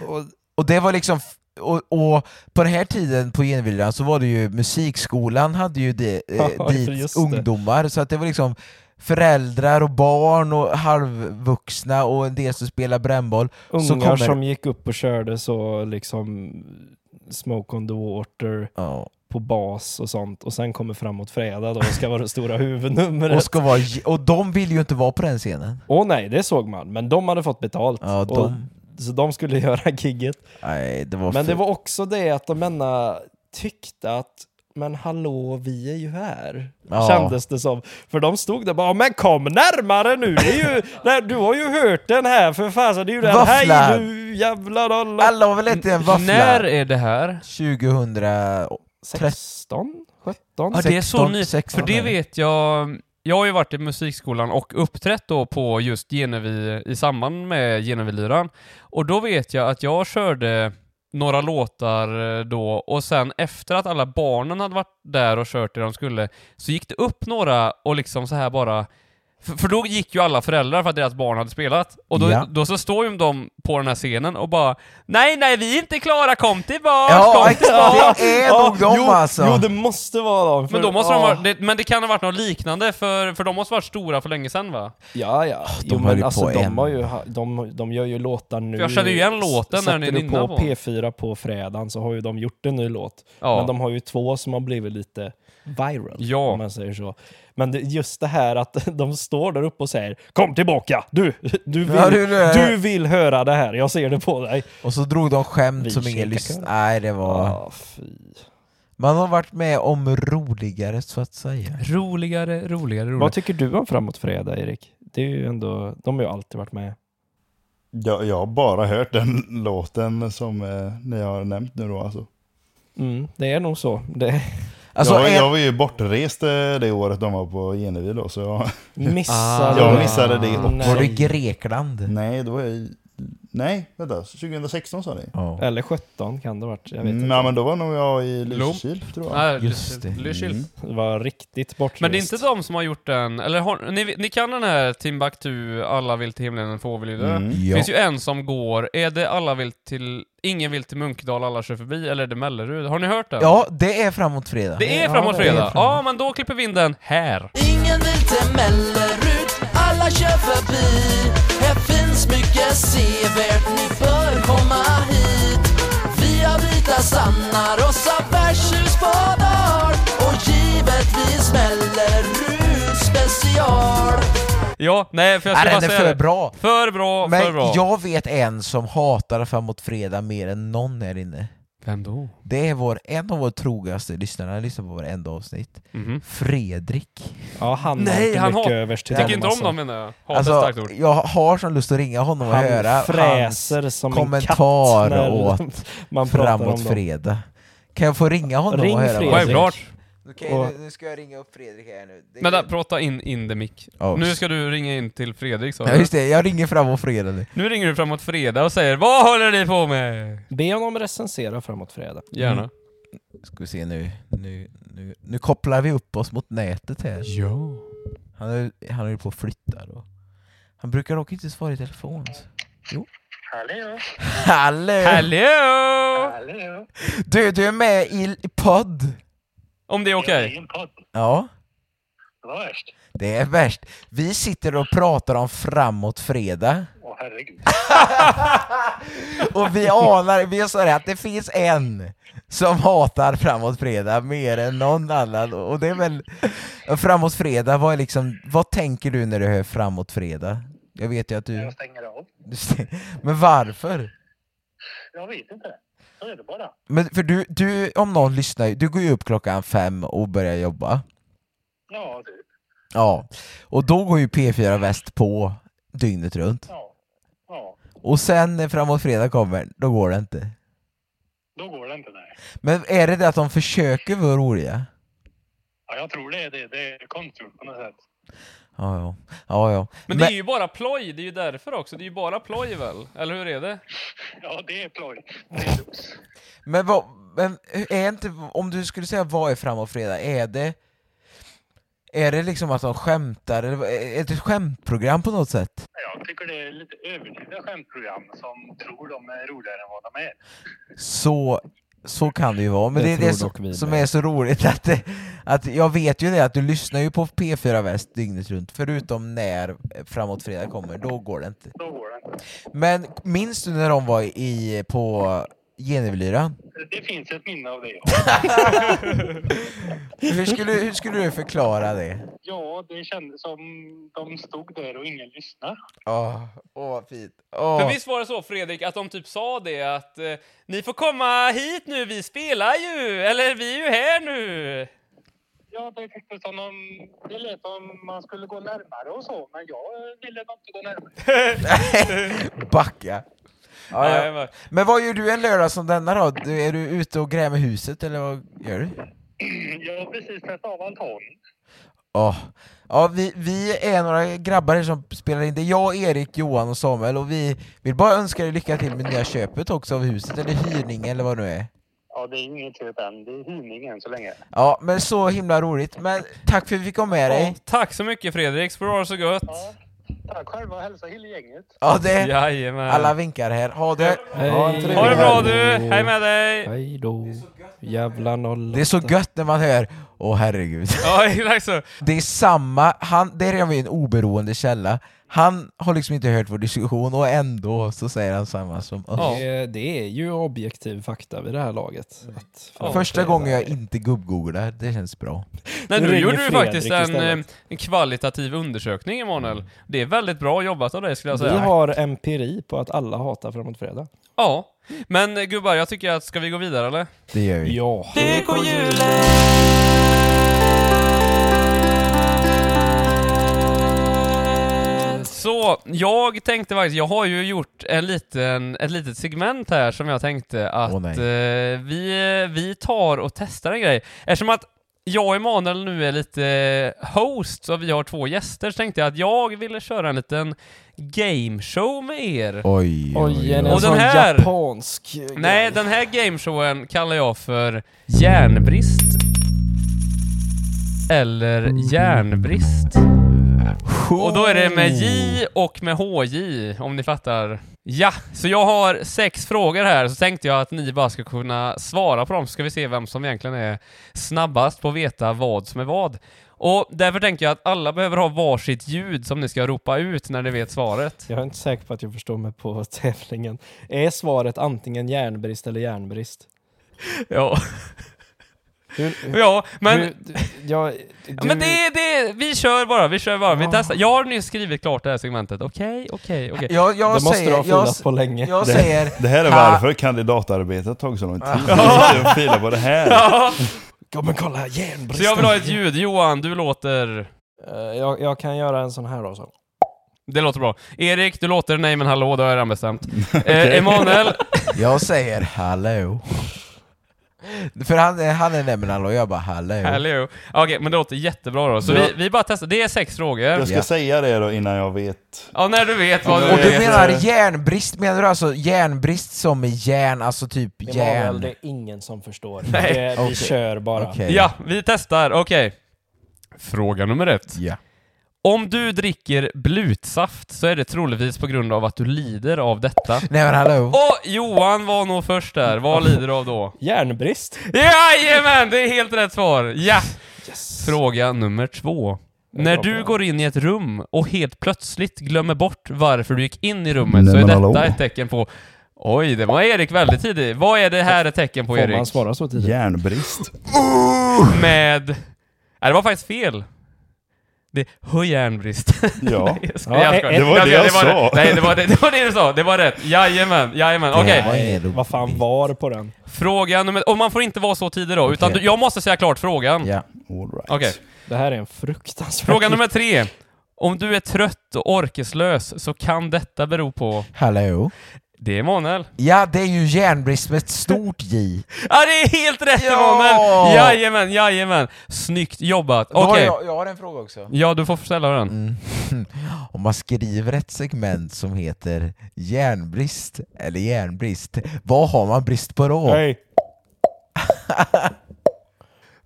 [SPEAKER 3] Och,
[SPEAKER 1] Och det var liksom f- och, och på den här tiden på Genvillan så var det ju musikskolan hade ju de, eh,
[SPEAKER 3] Ja,
[SPEAKER 1] dit
[SPEAKER 3] just det.
[SPEAKER 1] ungdomar så att det var liksom föräldrar och barn och halvvuxna och en del som spelar brännboll. Så
[SPEAKER 3] ungar
[SPEAKER 1] kommer-
[SPEAKER 3] som gick upp och körde så liksom Smoke on the Water
[SPEAKER 1] Ja.
[SPEAKER 3] på bas och sånt och sen kommer Framåt Fredag då och ska vara det stora huvudnumret.
[SPEAKER 1] Och, ska vara, j- och de ville ju inte vara på den scenen.
[SPEAKER 3] Åh nej, det såg man, men de hade fått betalt.
[SPEAKER 1] Ja,
[SPEAKER 3] och,
[SPEAKER 1] de,
[SPEAKER 3] så de skulle göra gigget.
[SPEAKER 1] nej, det var
[SPEAKER 3] Men det
[SPEAKER 1] fult.
[SPEAKER 3] var också det att de ena tyckte att men hallå, vi är ju här.
[SPEAKER 1] Ja.
[SPEAKER 3] Kändes det som. För de stod där bara, men kom närmare nu! Det är ju, nej, du har ju hört den här för fasen, det är ju den
[SPEAKER 1] Våfflan.
[SPEAKER 3] Hej du jävla dolla!
[SPEAKER 1] Alla har väl ätit en
[SPEAKER 2] När
[SPEAKER 1] våffla?
[SPEAKER 2] är det här?
[SPEAKER 1] 2000...
[SPEAKER 3] 16? 17?
[SPEAKER 2] Ja, det är så
[SPEAKER 1] 16,
[SPEAKER 2] nytt.
[SPEAKER 1] 16,
[SPEAKER 2] För det
[SPEAKER 1] eller?
[SPEAKER 2] vet jag. Jag har ju varit i musikskolan och uppträtt då på just Genevi i samband med Genevilyran. Och då vet jag att jag körde några låtar eh, då och sen efter att alla barnen hade varit där och kört det de skulle så gick det upp några och liksom så här bara för, för då gick ju alla föräldrar för att deras barn hade spelat och då,
[SPEAKER 1] Ja.
[SPEAKER 2] då så står ju de på den här scenen och bara Nej nej vi är inte klara, kom tillbaks!
[SPEAKER 1] Ja,
[SPEAKER 2] kom tillbaks!
[SPEAKER 1] exakt! Det är nog de
[SPEAKER 3] Ah, jo,
[SPEAKER 1] alltså!
[SPEAKER 3] Jo, det måste vara dem. för-
[SPEAKER 2] Men, då måste
[SPEAKER 3] ja.
[SPEAKER 2] de vara, det, men det kan ha varit något liknande, för, för de måste ha varit stora för länge sedan va?
[SPEAKER 3] Ja, ja. jo,
[SPEAKER 1] de höll ju
[SPEAKER 3] men alltså,
[SPEAKER 1] på en.
[SPEAKER 3] de, har ju, ha- de, de gör ju låtar nu.
[SPEAKER 2] För jag känner ju igen låten
[SPEAKER 3] S- sätter
[SPEAKER 2] när ni
[SPEAKER 3] du
[SPEAKER 2] nynnar
[SPEAKER 3] på,
[SPEAKER 2] på.
[SPEAKER 3] P4 på fredagen så har ju de gjort en ny låt.
[SPEAKER 2] Ja.
[SPEAKER 3] Men de har ju två som har blivit lite viral,
[SPEAKER 2] Ja.
[SPEAKER 3] om man säger så. Men det, just det här att de står där uppe och säger Kom tillbaka! Du, du, vill,
[SPEAKER 1] Ja, du- du-
[SPEAKER 3] du vill höra det här, jag ser det på dig.
[SPEAKER 1] Och så drog de skämt
[SPEAKER 3] Vi
[SPEAKER 1] som ingen
[SPEAKER 3] käkar
[SPEAKER 1] lyssnade.
[SPEAKER 3] korv.
[SPEAKER 1] Nej, det var...
[SPEAKER 3] Ah, fy.
[SPEAKER 1] Man har varit med om roligare så att säga.
[SPEAKER 2] Roligare, roligare,
[SPEAKER 3] Vad
[SPEAKER 2] roligare.
[SPEAKER 3] tycker du om Framåt Fredag, Erik? Det är ju ändå, de har ju alltid varit med.
[SPEAKER 4] Jag, jag har bara hört den låten som eh, ni har nämnt nu då alltså.
[SPEAKER 3] Mm, det är nog så. Det,
[SPEAKER 1] Alltså,
[SPEAKER 4] jag, var-
[SPEAKER 1] en-
[SPEAKER 4] jag var ju bortrest eh, det året de var på Genevi då, så jag,
[SPEAKER 3] missar
[SPEAKER 2] Ah.
[SPEAKER 3] du
[SPEAKER 4] jag
[SPEAKER 2] Ja,
[SPEAKER 3] det?
[SPEAKER 4] missade det.
[SPEAKER 3] Mm,
[SPEAKER 4] Och,
[SPEAKER 1] var du i
[SPEAKER 3] nej.
[SPEAKER 1] Grekland?
[SPEAKER 4] nej, då var jag i Nej, vänta. 2016 sa ni?
[SPEAKER 1] Ja.
[SPEAKER 3] Eller 17 kan det ha varit. Jag vet
[SPEAKER 4] Mm,
[SPEAKER 3] inte.
[SPEAKER 4] ja men då var nog jag i Lysekil tror jag.
[SPEAKER 2] Nej,
[SPEAKER 1] Just det.
[SPEAKER 2] Lyschil.
[SPEAKER 4] Mm.
[SPEAKER 3] Det var riktigt bortrest.
[SPEAKER 2] Men det är inte de som har gjort den, eller har, ni, ni kan den här Timbuktu, alla vill till himlen, en fågel vill dö.
[SPEAKER 4] Mm.
[SPEAKER 2] Det
[SPEAKER 1] Ja.
[SPEAKER 2] finns ju en som går, är det alla vill till, ingen vill till Munkedal, alla kör förbi, eller är det Mellerud? Har ni hört den?
[SPEAKER 1] ja, det är framåt fredag.
[SPEAKER 2] Det är
[SPEAKER 3] Ja,
[SPEAKER 2] framåt
[SPEAKER 3] det är
[SPEAKER 2] fredag.
[SPEAKER 1] framåt.
[SPEAKER 2] Ja, men då klipper vi in den här.
[SPEAKER 7] Ingen vill till Mellerud, alla kör förbi Här finns mycket sevärt, ni bör komma hit Vi har vita sandar och Savärshus på dagar Och givetvis Mellerud special
[SPEAKER 2] Ja, nej för jag
[SPEAKER 1] Nej,
[SPEAKER 2] ska bara
[SPEAKER 1] den är
[SPEAKER 2] säga
[SPEAKER 1] för
[SPEAKER 2] det.
[SPEAKER 1] bra.
[SPEAKER 2] För bra, för
[SPEAKER 1] Men
[SPEAKER 2] bra.
[SPEAKER 1] jag vet en som hatar framåt fredag mer än någon här inne.
[SPEAKER 2] Vem då?
[SPEAKER 1] Det är vår, en av våra trogaste lyssnare, han lyssnar på varenda avsnitt.
[SPEAKER 2] Mhm.
[SPEAKER 1] Fredrik.
[SPEAKER 3] Ja, han
[SPEAKER 2] Nej,
[SPEAKER 3] har inte
[SPEAKER 2] han
[SPEAKER 3] mycket
[SPEAKER 2] har-
[SPEAKER 3] övers till
[SPEAKER 2] Tycker inte om
[SPEAKER 3] alltså.
[SPEAKER 2] dem menar jag. Hatar ett
[SPEAKER 1] Alltså,
[SPEAKER 2] starkt ord.
[SPEAKER 1] jag har som lust att ringa honom och
[SPEAKER 3] Han
[SPEAKER 1] höra hans
[SPEAKER 3] fräser som
[SPEAKER 1] kommentar
[SPEAKER 3] en katt när
[SPEAKER 1] åt
[SPEAKER 3] man pratar om
[SPEAKER 1] framåt
[SPEAKER 3] dem.
[SPEAKER 1] fredag. Kan jag få ringa honom
[SPEAKER 3] Ring
[SPEAKER 1] och höra vad han
[SPEAKER 3] Fredrik.
[SPEAKER 1] säger?
[SPEAKER 2] Självklart.
[SPEAKER 1] Okej,
[SPEAKER 3] Och-
[SPEAKER 1] nu- nu ska jag ringa upp Fredrik här nu. Det är-
[SPEAKER 2] Vänta, prata in, in the mic.
[SPEAKER 1] Ja,
[SPEAKER 2] Nu ska du ringa in till Fredrik sa
[SPEAKER 1] Ja,
[SPEAKER 2] du.
[SPEAKER 1] just det, jag ringer framåt fredag nu.
[SPEAKER 2] Nu ringer du framåt fredag och säger Vad håller ni på med?
[SPEAKER 3] Be honom recensera framåt fredag.
[SPEAKER 2] Gärna.
[SPEAKER 1] Mm. Ska vi se nu. Nu, nu. nu kopplar vi upp oss mot nätet här.
[SPEAKER 2] Ja.
[SPEAKER 1] Han är, han är ju på att flytta då. Han brukar dock inte svara i telefon. Jo. Hallå! Hallå!
[SPEAKER 2] Hallå!
[SPEAKER 1] Du, du är med i i podd.
[SPEAKER 2] Om det är okej.
[SPEAKER 1] Ja. Det är värst. Vi sitter och pratar om framåt fredag.
[SPEAKER 8] Åh herregud.
[SPEAKER 1] Och vi anar, vi sa det, att det finns en som hatar Framåt Fredag mer än någon annan. Och det är väl... Framåt Fredag, vad, är liksom, vad tänker du när du hör Framåt Fredag? Jag vet ju att du...
[SPEAKER 8] Jag stänger av.
[SPEAKER 1] du stäng- Men varför?
[SPEAKER 8] Jag vet inte. Så är det bara.
[SPEAKER 1] Men för du, du, om någon lyssnar, ju- du går ju upp klockan fem och börjar jobba.
[SPEAKER 8] Ja, du.
[SPEAKER 1] Ja. Och då går ju P4 Väst på dygnet runt.
[SPEAKER 8] Ja. Ja.
[SPEAKER 1] Och sen när Framåt Fredag kommer, då går det inte.
[SPEAKER 8] Då går det inte, nej.
[SPEAKER 1] Men är det det att de försöker vara roliga?
[SPEAKER 8] Ja, jag tror det är det. Det är konstgjort på något sätt.
[SPEAKER 1] Ja, ja. ja, ja.
[SPEAKER 2] Men det är ju bara ploj, det är ju därför också. Det är ju bara ploj väl? Eller hur är det?
[SPEAKER 8] Ja, det är ploj. Det är lux.
[SPEAKER 1] Men, vad, men är inte, om du skulle säga vad är framåt fredag, är det är det liksom att de skämtar? Eller vad- Är det ett skämtprogram på något sätt?
[SPEAKER 8] Jag tycker det är lite överdrivna skämtprogram som tror de är roligare än vad de är.
[SPEAKER 1] Så, så kan det ju vara. Men
[SPEAKER 3] Det
[SPEAKER 1] det, är
[SPEAKER 3] tror
[SPEAKER 1] det som,
[SPEAKER 3] dock vi
[SPEAKER 1] som
[SPEAKER 3] med.
[SPEAKER 1] är så roligt att, det, att jag vet ju det att du lyssnar ju på P4 Väst dygnet runt, förutom när framåt fredag kommer, då går det inte.
[SPEAKER 8] Då går det inte.
[SPEAKER 1] Men minns du när de var i, på Genevelyran?
[SPEAKER 8] Det finns ett minne av det. ja.
[SPEAKER 1] Hur skulle, hur skulle du förklara det?
[SPEAKER 8] Ja, det kändes som de stod där och ingen lyssnade.
[SPEAKER 1] Åh, åh vad fint. Åh.
[SPEAKER 2] För visst var det så Fredrik, att de typ sa det att eh, Ni får komma hit nu, vi spelar ju! Eller vi är ju här nu!
[SPEAKER 8] Ja, det tyckte som om det lät som man skulle gå närmare och så, men jag ville nog inte gå närmare.
[SPEAKER 1] Backa. Ja, ja.
[SPEAKER 2] Nej, men-
[SPEAKER 1] Men vad gör du en lördag som denna då? Du, är du ute och gräver huset eller vad gör du?
[SPEAKER 8] Jag har precis testat av altanen.
[SPEAKER 1] Ja, ja vi, vi är några grabbar här som spelar in. Det är jag, Erik, Johan och Samuel och vi vill bara önska dig lycka till med nya köpet också av huset, eller hyrning eller vad det nu är.
[SPEAKER 8] Ja, det är inget köp än. Det är hyrning än så länge.
[SPEAKER 1] Ja, men så himla roligt. Men tack för att vi fick ha med
[SPEAKER 2] Ja,
[SPEAKER 1] dig.
[SPEAKER 2] tack så mycket Fredrik, får du ha det så gött!
[SPEAKER 8] Tack själva och hälsa hela gänget.
[SPEAKER 1] Ja, det
[SPEAKER 2] Jajamän!
[SPEAKER 1] alla vinkar här. Ha det!
[SPEAKER 3] Hej.
[SPEAKER 4] trevlig
[SPEAKER 2] Ha det bra du! Hej med dig!
[SPEAKER 3] Hej då. Jävla noll.
[SPEAKER 1] Det är så
[SPEAKER 3] åtta.
[SPEAKER 1] gött när man hör Åh herregud.
[SPEAKER 2] Ja, exakt så!
[SPEAKER 1] Det är samma, han, det är redan en oberoende källa Han har liksom inte hört vår diskussion och ändå så säger han samma som oss
[SPEAKER 2] Ja.
[SPEAKER 3] Det, det är ju objektiv fakta vid det här laget. Att framåt
[SPEAKER 1] Första
[SPEAKER 3] fredag-
[SPEAKER 1] gången jag inte gubb-googlar, det känns bra
[SPEAKER 2] Nej, nu
[SPEAKER 3] Nu ringer
[SPEAKER 2] gjorde du
[SPEAKER 3] Fredrik
[SPEAKER 2] faktiskt en, eh,
[SPEAKER 3] istället. Mm.
[SPEAKER 2] en kvalitativ undersökning Emanuel. Det är väldigt bra jobbat av dig skulle jag
[SPEAKER 3] Vi
[SPEAKER 2] säga.
[SPEAKER 3] har empiri på att alla hatar framåt fredag.
[SPEAKER 2] Ja. Men eh, gubbar, jag tycker att, ska vi gå vidare eller?
[SPEAKER 1] Det gör vi
[SPEAKER 3] Ja.
[SPEAKER 2] Så, jag tänkte faktiskt, jag har ju gjort en liten, ett litet segment här som jag tänkte att
[SPEAKER 1] Åh, nej.
[SPEAKER 2] eh, vi, vi tar och testar en grej. Eftersom att jag och Emanuel nu är lite host, så vi har två gäster, så tänkte jag att jag ville köra en liten gameshow med er.
[SPEAKER 1] Oj,
[SPEAKER 3] Oj,
[SPEAKER 1] oj,
[SPEAKER 3] en,
[SPEAKER 1] oj.
[SPEAKER 3] en
[SPEAKER 2] Och
[SPEAKER 3] sån
[SPEAKER 2] den här-
[SPEAKER 3] japansk grej.
[SPEAKER 2] Nej, den här gameshowen kallar jag för järnbrist. Eller järnbrist. Och då är det med J och med HJ, om ni fattar. Ja, så jag har sex frågor här, så tänkte jag att ni bara ska kunna svara på dem, så ska vi se vem som egentligen är snabbast på att veta vad som är vad. Och därför tänker jag att alla behöver ha varsitt ljud som ni ska ropa ut när ni vet svaret.
[SPEAKER 3] Jag är inte säker på att jag förstår mig på tävlingen. Är svaret antingen järnbrist eller järnbrist?
[SPEAKER 2] Ja,
[SPEAKER 3] Hur, hur,
[SPEAKER 2] ja men...
[SPEAKER 3] hur- du, jag, du,
[SPEAKER 2] Ja, men det, det, vi kör bara, vi kör bara, vi
[SPEAKER 3] Ja.
[SPEAKER 2] testar. Jag har nyss skrivit klart det här segmentet, okej, okej, okej.
[SPEAKER 1] Jag, jag
[SPEAKER 3] det måste
[SPEAKER 1] säger,
[SPEAKER 3] du ha
[SPEAKER 1] jag,
[SPEAKER 3] filat på länge.
[SPEAKER 1] jag
[SPEAKER 4] Det-
[SPEAKER 1] säger...
[SPEAKER 4] Det här är
[SPEAKER 1] Ha.
[SPEAKER 4] varför kandidatarbetet tagit så lång tid. Jag filar på det här.
[SPEAKER 3] Ja, men kolla,
[SPEAKER 2] Så
[SPEAKER 3] järnbrist!
[SPEAKER 2] jag vill ha ett ljud, Johan, du låter...
[SPEAKER 3] Eh, jag, jag kan göra en sån här då. Så.
[SPEAKER 2] Det låter bra. Erik, du låter nej men hallå, då har jag redan bestämt. eh, Emanuel,
[SPEAKER 1] Jag säger hallå. För han, han är nämligen hallå, jag bara hallå.
[SPEAKER 2] hallå. Okej, men det låter jättebra då. Så
[SPEAKER 4] Ja.
[SPEAKER 2] vi, vi bara testar, det är sex frågor.
[SPEAKER 4] Jag ska
[SPEAKER 1] Ja.
[SPEAKER 4] säga det då innan jag vet.
[SPEAKER 2] Ja, när du vet vad
[SPEAKER 1] Och du
[SPEAKER 2] vet.
[SPEAKER 1] menar järnbrist, menar du alltså järnbrist som i järn, alltså typ
[SPEAKER 3] Emanuel, det
[SPEAKER 1] järn?
[SPEAKER 3] är ingen som förstår.
[SPEAKER 2] Nej.
[SPEAKER 3] Det, vi
[SPEAKER 1] Okej.
[SPEAKER 3] kör bara.
[SPEAKER 1] Okej.
[SPEAKER 2] Ja, vi testar, okej. Fråga nummer ett.
[SPEAKER 1] Ja.
[SPEAKER 2] Om du dricker blutsaft så är det troligtvis på grund av att du lider av detta.
[SPEAKER 1] Nej men hallå.
[SPEAKER 2] Och Johan var nog först där. Vad lider du av då?
[SPEAKER 3] Järnbrist?
[SPEAKER 2] Jajamän, det är helt rätt svar! Ja!
[SPEAKER 3] Yes.
[SPEAKER 2] Fråga nummer två.
[SPEAKER 3] Jag
[SPEAKER 2] När
[SPEAKER 3] tar på
[SPEAKER 2] du
[SPEAKER 3] den.
[SPEAKER 2] går in i ett rum och helt plötsligt glömmer bort varför du gick in i rummet
[SPEAKER 4] Nej,
[SPEAKER 2] så är
[SPEAKER 4] men
[SPEAKER 2] detta
[SPEAKER 4] hallå.
[SPEAKER 2] ett tecken på... Oj, det var Erik väldigt tidig. Vad är det här ett tecken på,
[SPEAKER 3] Får man
[SPEAKER 2] Erik?
[SPEAKER 3] svara så tidigt?
[SPEAKER 4] Järnbrist.
[SPEAKER 2] Med... Nej, det var faktiskt fel. Det är höjärnbrist.
[SPEAKER 4] Ja.
[SPEAKER 2] Jag skojar,
[SPEAKER 3] Ja,
[SPEAKER 2] jag skojar.
[SPEAKER 3] eh, eh, det
[SPEAKER 4] var det jag
[SPEAKER 2] var
[SPEAKER 4] sa.
[SPEAKER 2] Nej, det var det, det var det du sa. Det var rätt. Jajamän, jajamän. Okej.
[SPEAKER 1] Det var
[SPEAKER 3] Nej,
[SPEAKER 1] ingen rolig
[SPEAKER 3] Vad fan var på den?
[SPEAKER 2] Fråga nummer... Och man får inte vara så tidig då, utan
[SPEAKER 1] Okej.
[SPEAKER 2] du, jag måste säga klart frågan.
[SPEAKER 1] Ja.
[SPEAKER 4] All right.
[SPEAKER 2] Okej.
[SPEAKER 3] Det här är en fruktansvärd...
[SPEAKER 2] Fråga nummer tre. Om du är trött och orkeslös så kan detta bero på...
[SPEAKER 1] Hallå?
[SPEAKER 2] Det är Emanuel.
[SPEAKER 1] Ja, det är ju järnbrist med ett stort J.
[SPEAKER 2] Ja, det är helt rätt
[SPEAKER 1] Ja!
[SPEAKER 2] Emanuel! Jajamän, jajamän. Snyggt jobbat.
[SPEAKER 1] Då har
[SPEAKER 2] Okej.
[SPEAKER 1] jag, jag har en fråga också.
[SPEAKER 2] Ja, du får ställa den.
[SPEAKER 1] Mm. Om man skriver ett segment som heter järnbrist eller järnbrist, vad har man brist på då?
[SPEAKER 3] Nej.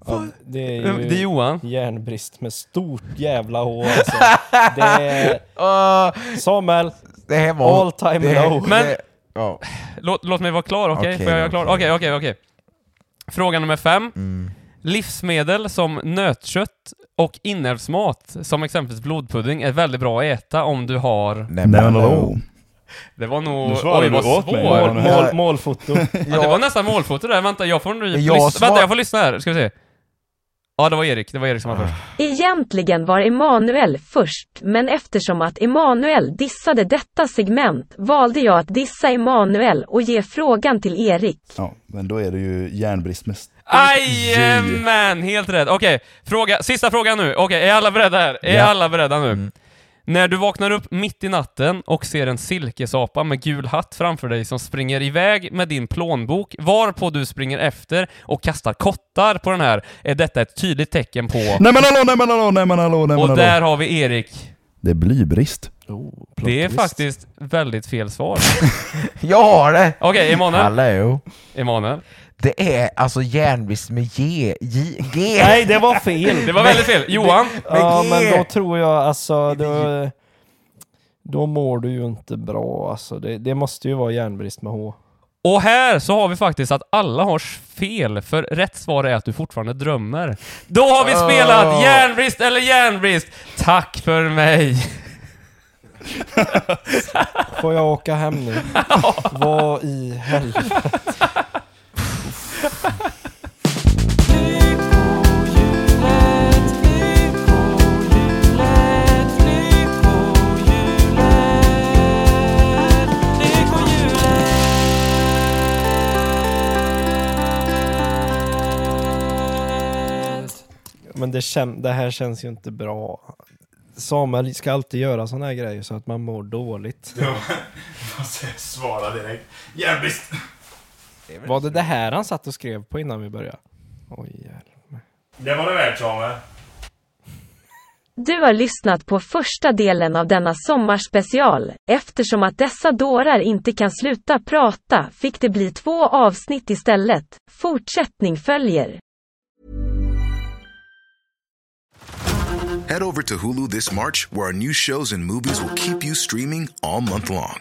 [SPEAKER 3] ja, det är ju
[SPEAKER 2] Mm, Det är Johan.
[SPEAKER 3] järnbrist med stort jävla H alltså. Det är...
[SPEAKER 1] Ah,
[SPEAKER 3] Samuel,
[SPEAKER 1] det här var...
[SPEAKER 3] all time
[SPEAKER 1] det här-
[SPEAKER 3] low.
[SPEAKER 2] Men-
[SPEAKER 1] det- ja.
[SPEAKER 2] Låt, låt mig vara klar, okej?
[SPEAKER 1] Okej,
[SPEAKER 2] Får jag vara klar? Okej,
[SPEAKER 1] okej.
[SPEAKER 2] okej, okej. Fråga nummer fem.
[SPEAKER 1] Mm.
[SPEAKER 2] Livsmedel som nötkött och inälvsmat, som exempelvis blodpudding, är väldigt bra att äta om du har...
[SPEAKER 1] Nej,
[SPEAKER 4] Nej men hallå.
[SPEAKER 2] Det var nog...
[SPEAKER 4] Nu svarade
[SPEAKER 2] Oj,
[SPEAKER 4] du
[SPEAKER 2] vad
[SPEAKER 4] åt mig,
[SPEAKER 2] svår.
[SPEAKER 4] Emanuel.
[SPEAKER 3] Mål, målfoto.
[SPEAKER 2] Ja, det var nästan målfoto där, vänta jag får nu...
[SPEAKER 1] Det är jag
[SPEAKER 2] lys-
[SPEAKER 1] som
[SPEAKER 2] Vänta
[SPEAKER 1] har-
[SPEAKER 2] jag får lyssna här, ska vi se. Ja, det var Erik, det var Erik som var först.
[SPEAKER 6] Egentligen var Emanuel först, men eftersom att Emanuel dissade detta segment valde jag att dissa Emanuel och ge frågan till Erik.
[SPEAKER 4] Ja, men då är det ju järnbrist med...
[SPEAKER 2] Jajamän, helt rätt. Okej, fråga, sista frågan nu. Okej, är alla beredda här? Är
[SPEAKER 1] Ja.
[SPEAKER 2] alla beredda nu? När du vaknar upp mitt i natten och ser en silkesapa med gul hatt framför dig som springer iväg med din plånbok, varpå du springer efter och kastar kottar på den här, är detta ett tydligt tecken på...
[SPEAKER 4] Nej men hallå, nej men hallå, nej men hallå, nej men
[SPEAKER 2] och
[SPEAKER 4] hallå.
[SPEAKER 2] där har vi Erik.
[SPEAKER 4] Det är blybrist.
[SPEAKER 2] Det är faktiskt väldigt fel svar.
[SPEAKER 1] Jag har det!
[SPEAKER 2] Okej, Emanuel.
[SPEAKER 1] Hallå?
[SPEAKER 2] Emanuel.
[SPEAKER 1] Det är alltså järnbrist med J, J, G.
[SPEAKER 3] Nej, det var fel!
[SPEAKER 2] Det var väldigt fel. Johan.
[SPEAKER 3] Ja,
[SPEAKER 1] Men ge-
[SPEAKER 3] men då tror jag alltså... Då, då mår du ju inte bra alltså. Det, det måste ju vara järnbrist med H.
[SPEAKER 2] Och här så har vi faktiskt att alla har fel, för rätt svar är att du fortfarande drömmer. Då har vi spelat
[SPEAKER 1] Oh.
[SPEAKER 2] järnbrist eller järnbrist! Tack för mig!
[SPEAKER 3] Får jag åka hem nu? Vad i helvete? Men det, kän- det här känns ju inte bra. Samuel ska alltid göra såna här grejer så att man mår dåligt.
[SPEAKER 4] Svara direkt. Järnbrist!
[SPEAKER 3] Var det det här han satt och skrev på innan vi började? Oj, jävlar.
[SPEAKER 9] Det var det värt, Samuel.
[SPEAKER 6] Du har lyssnat på första delen av denna sommarspecial. Eftersom att dessa dårar inte kan sluta prata fick det bli två avsnitt istället. Fortsättning följer.
[SPEAKER 10] Head over to Hulu this March, where our new shows and movies will keep you streaming all month long.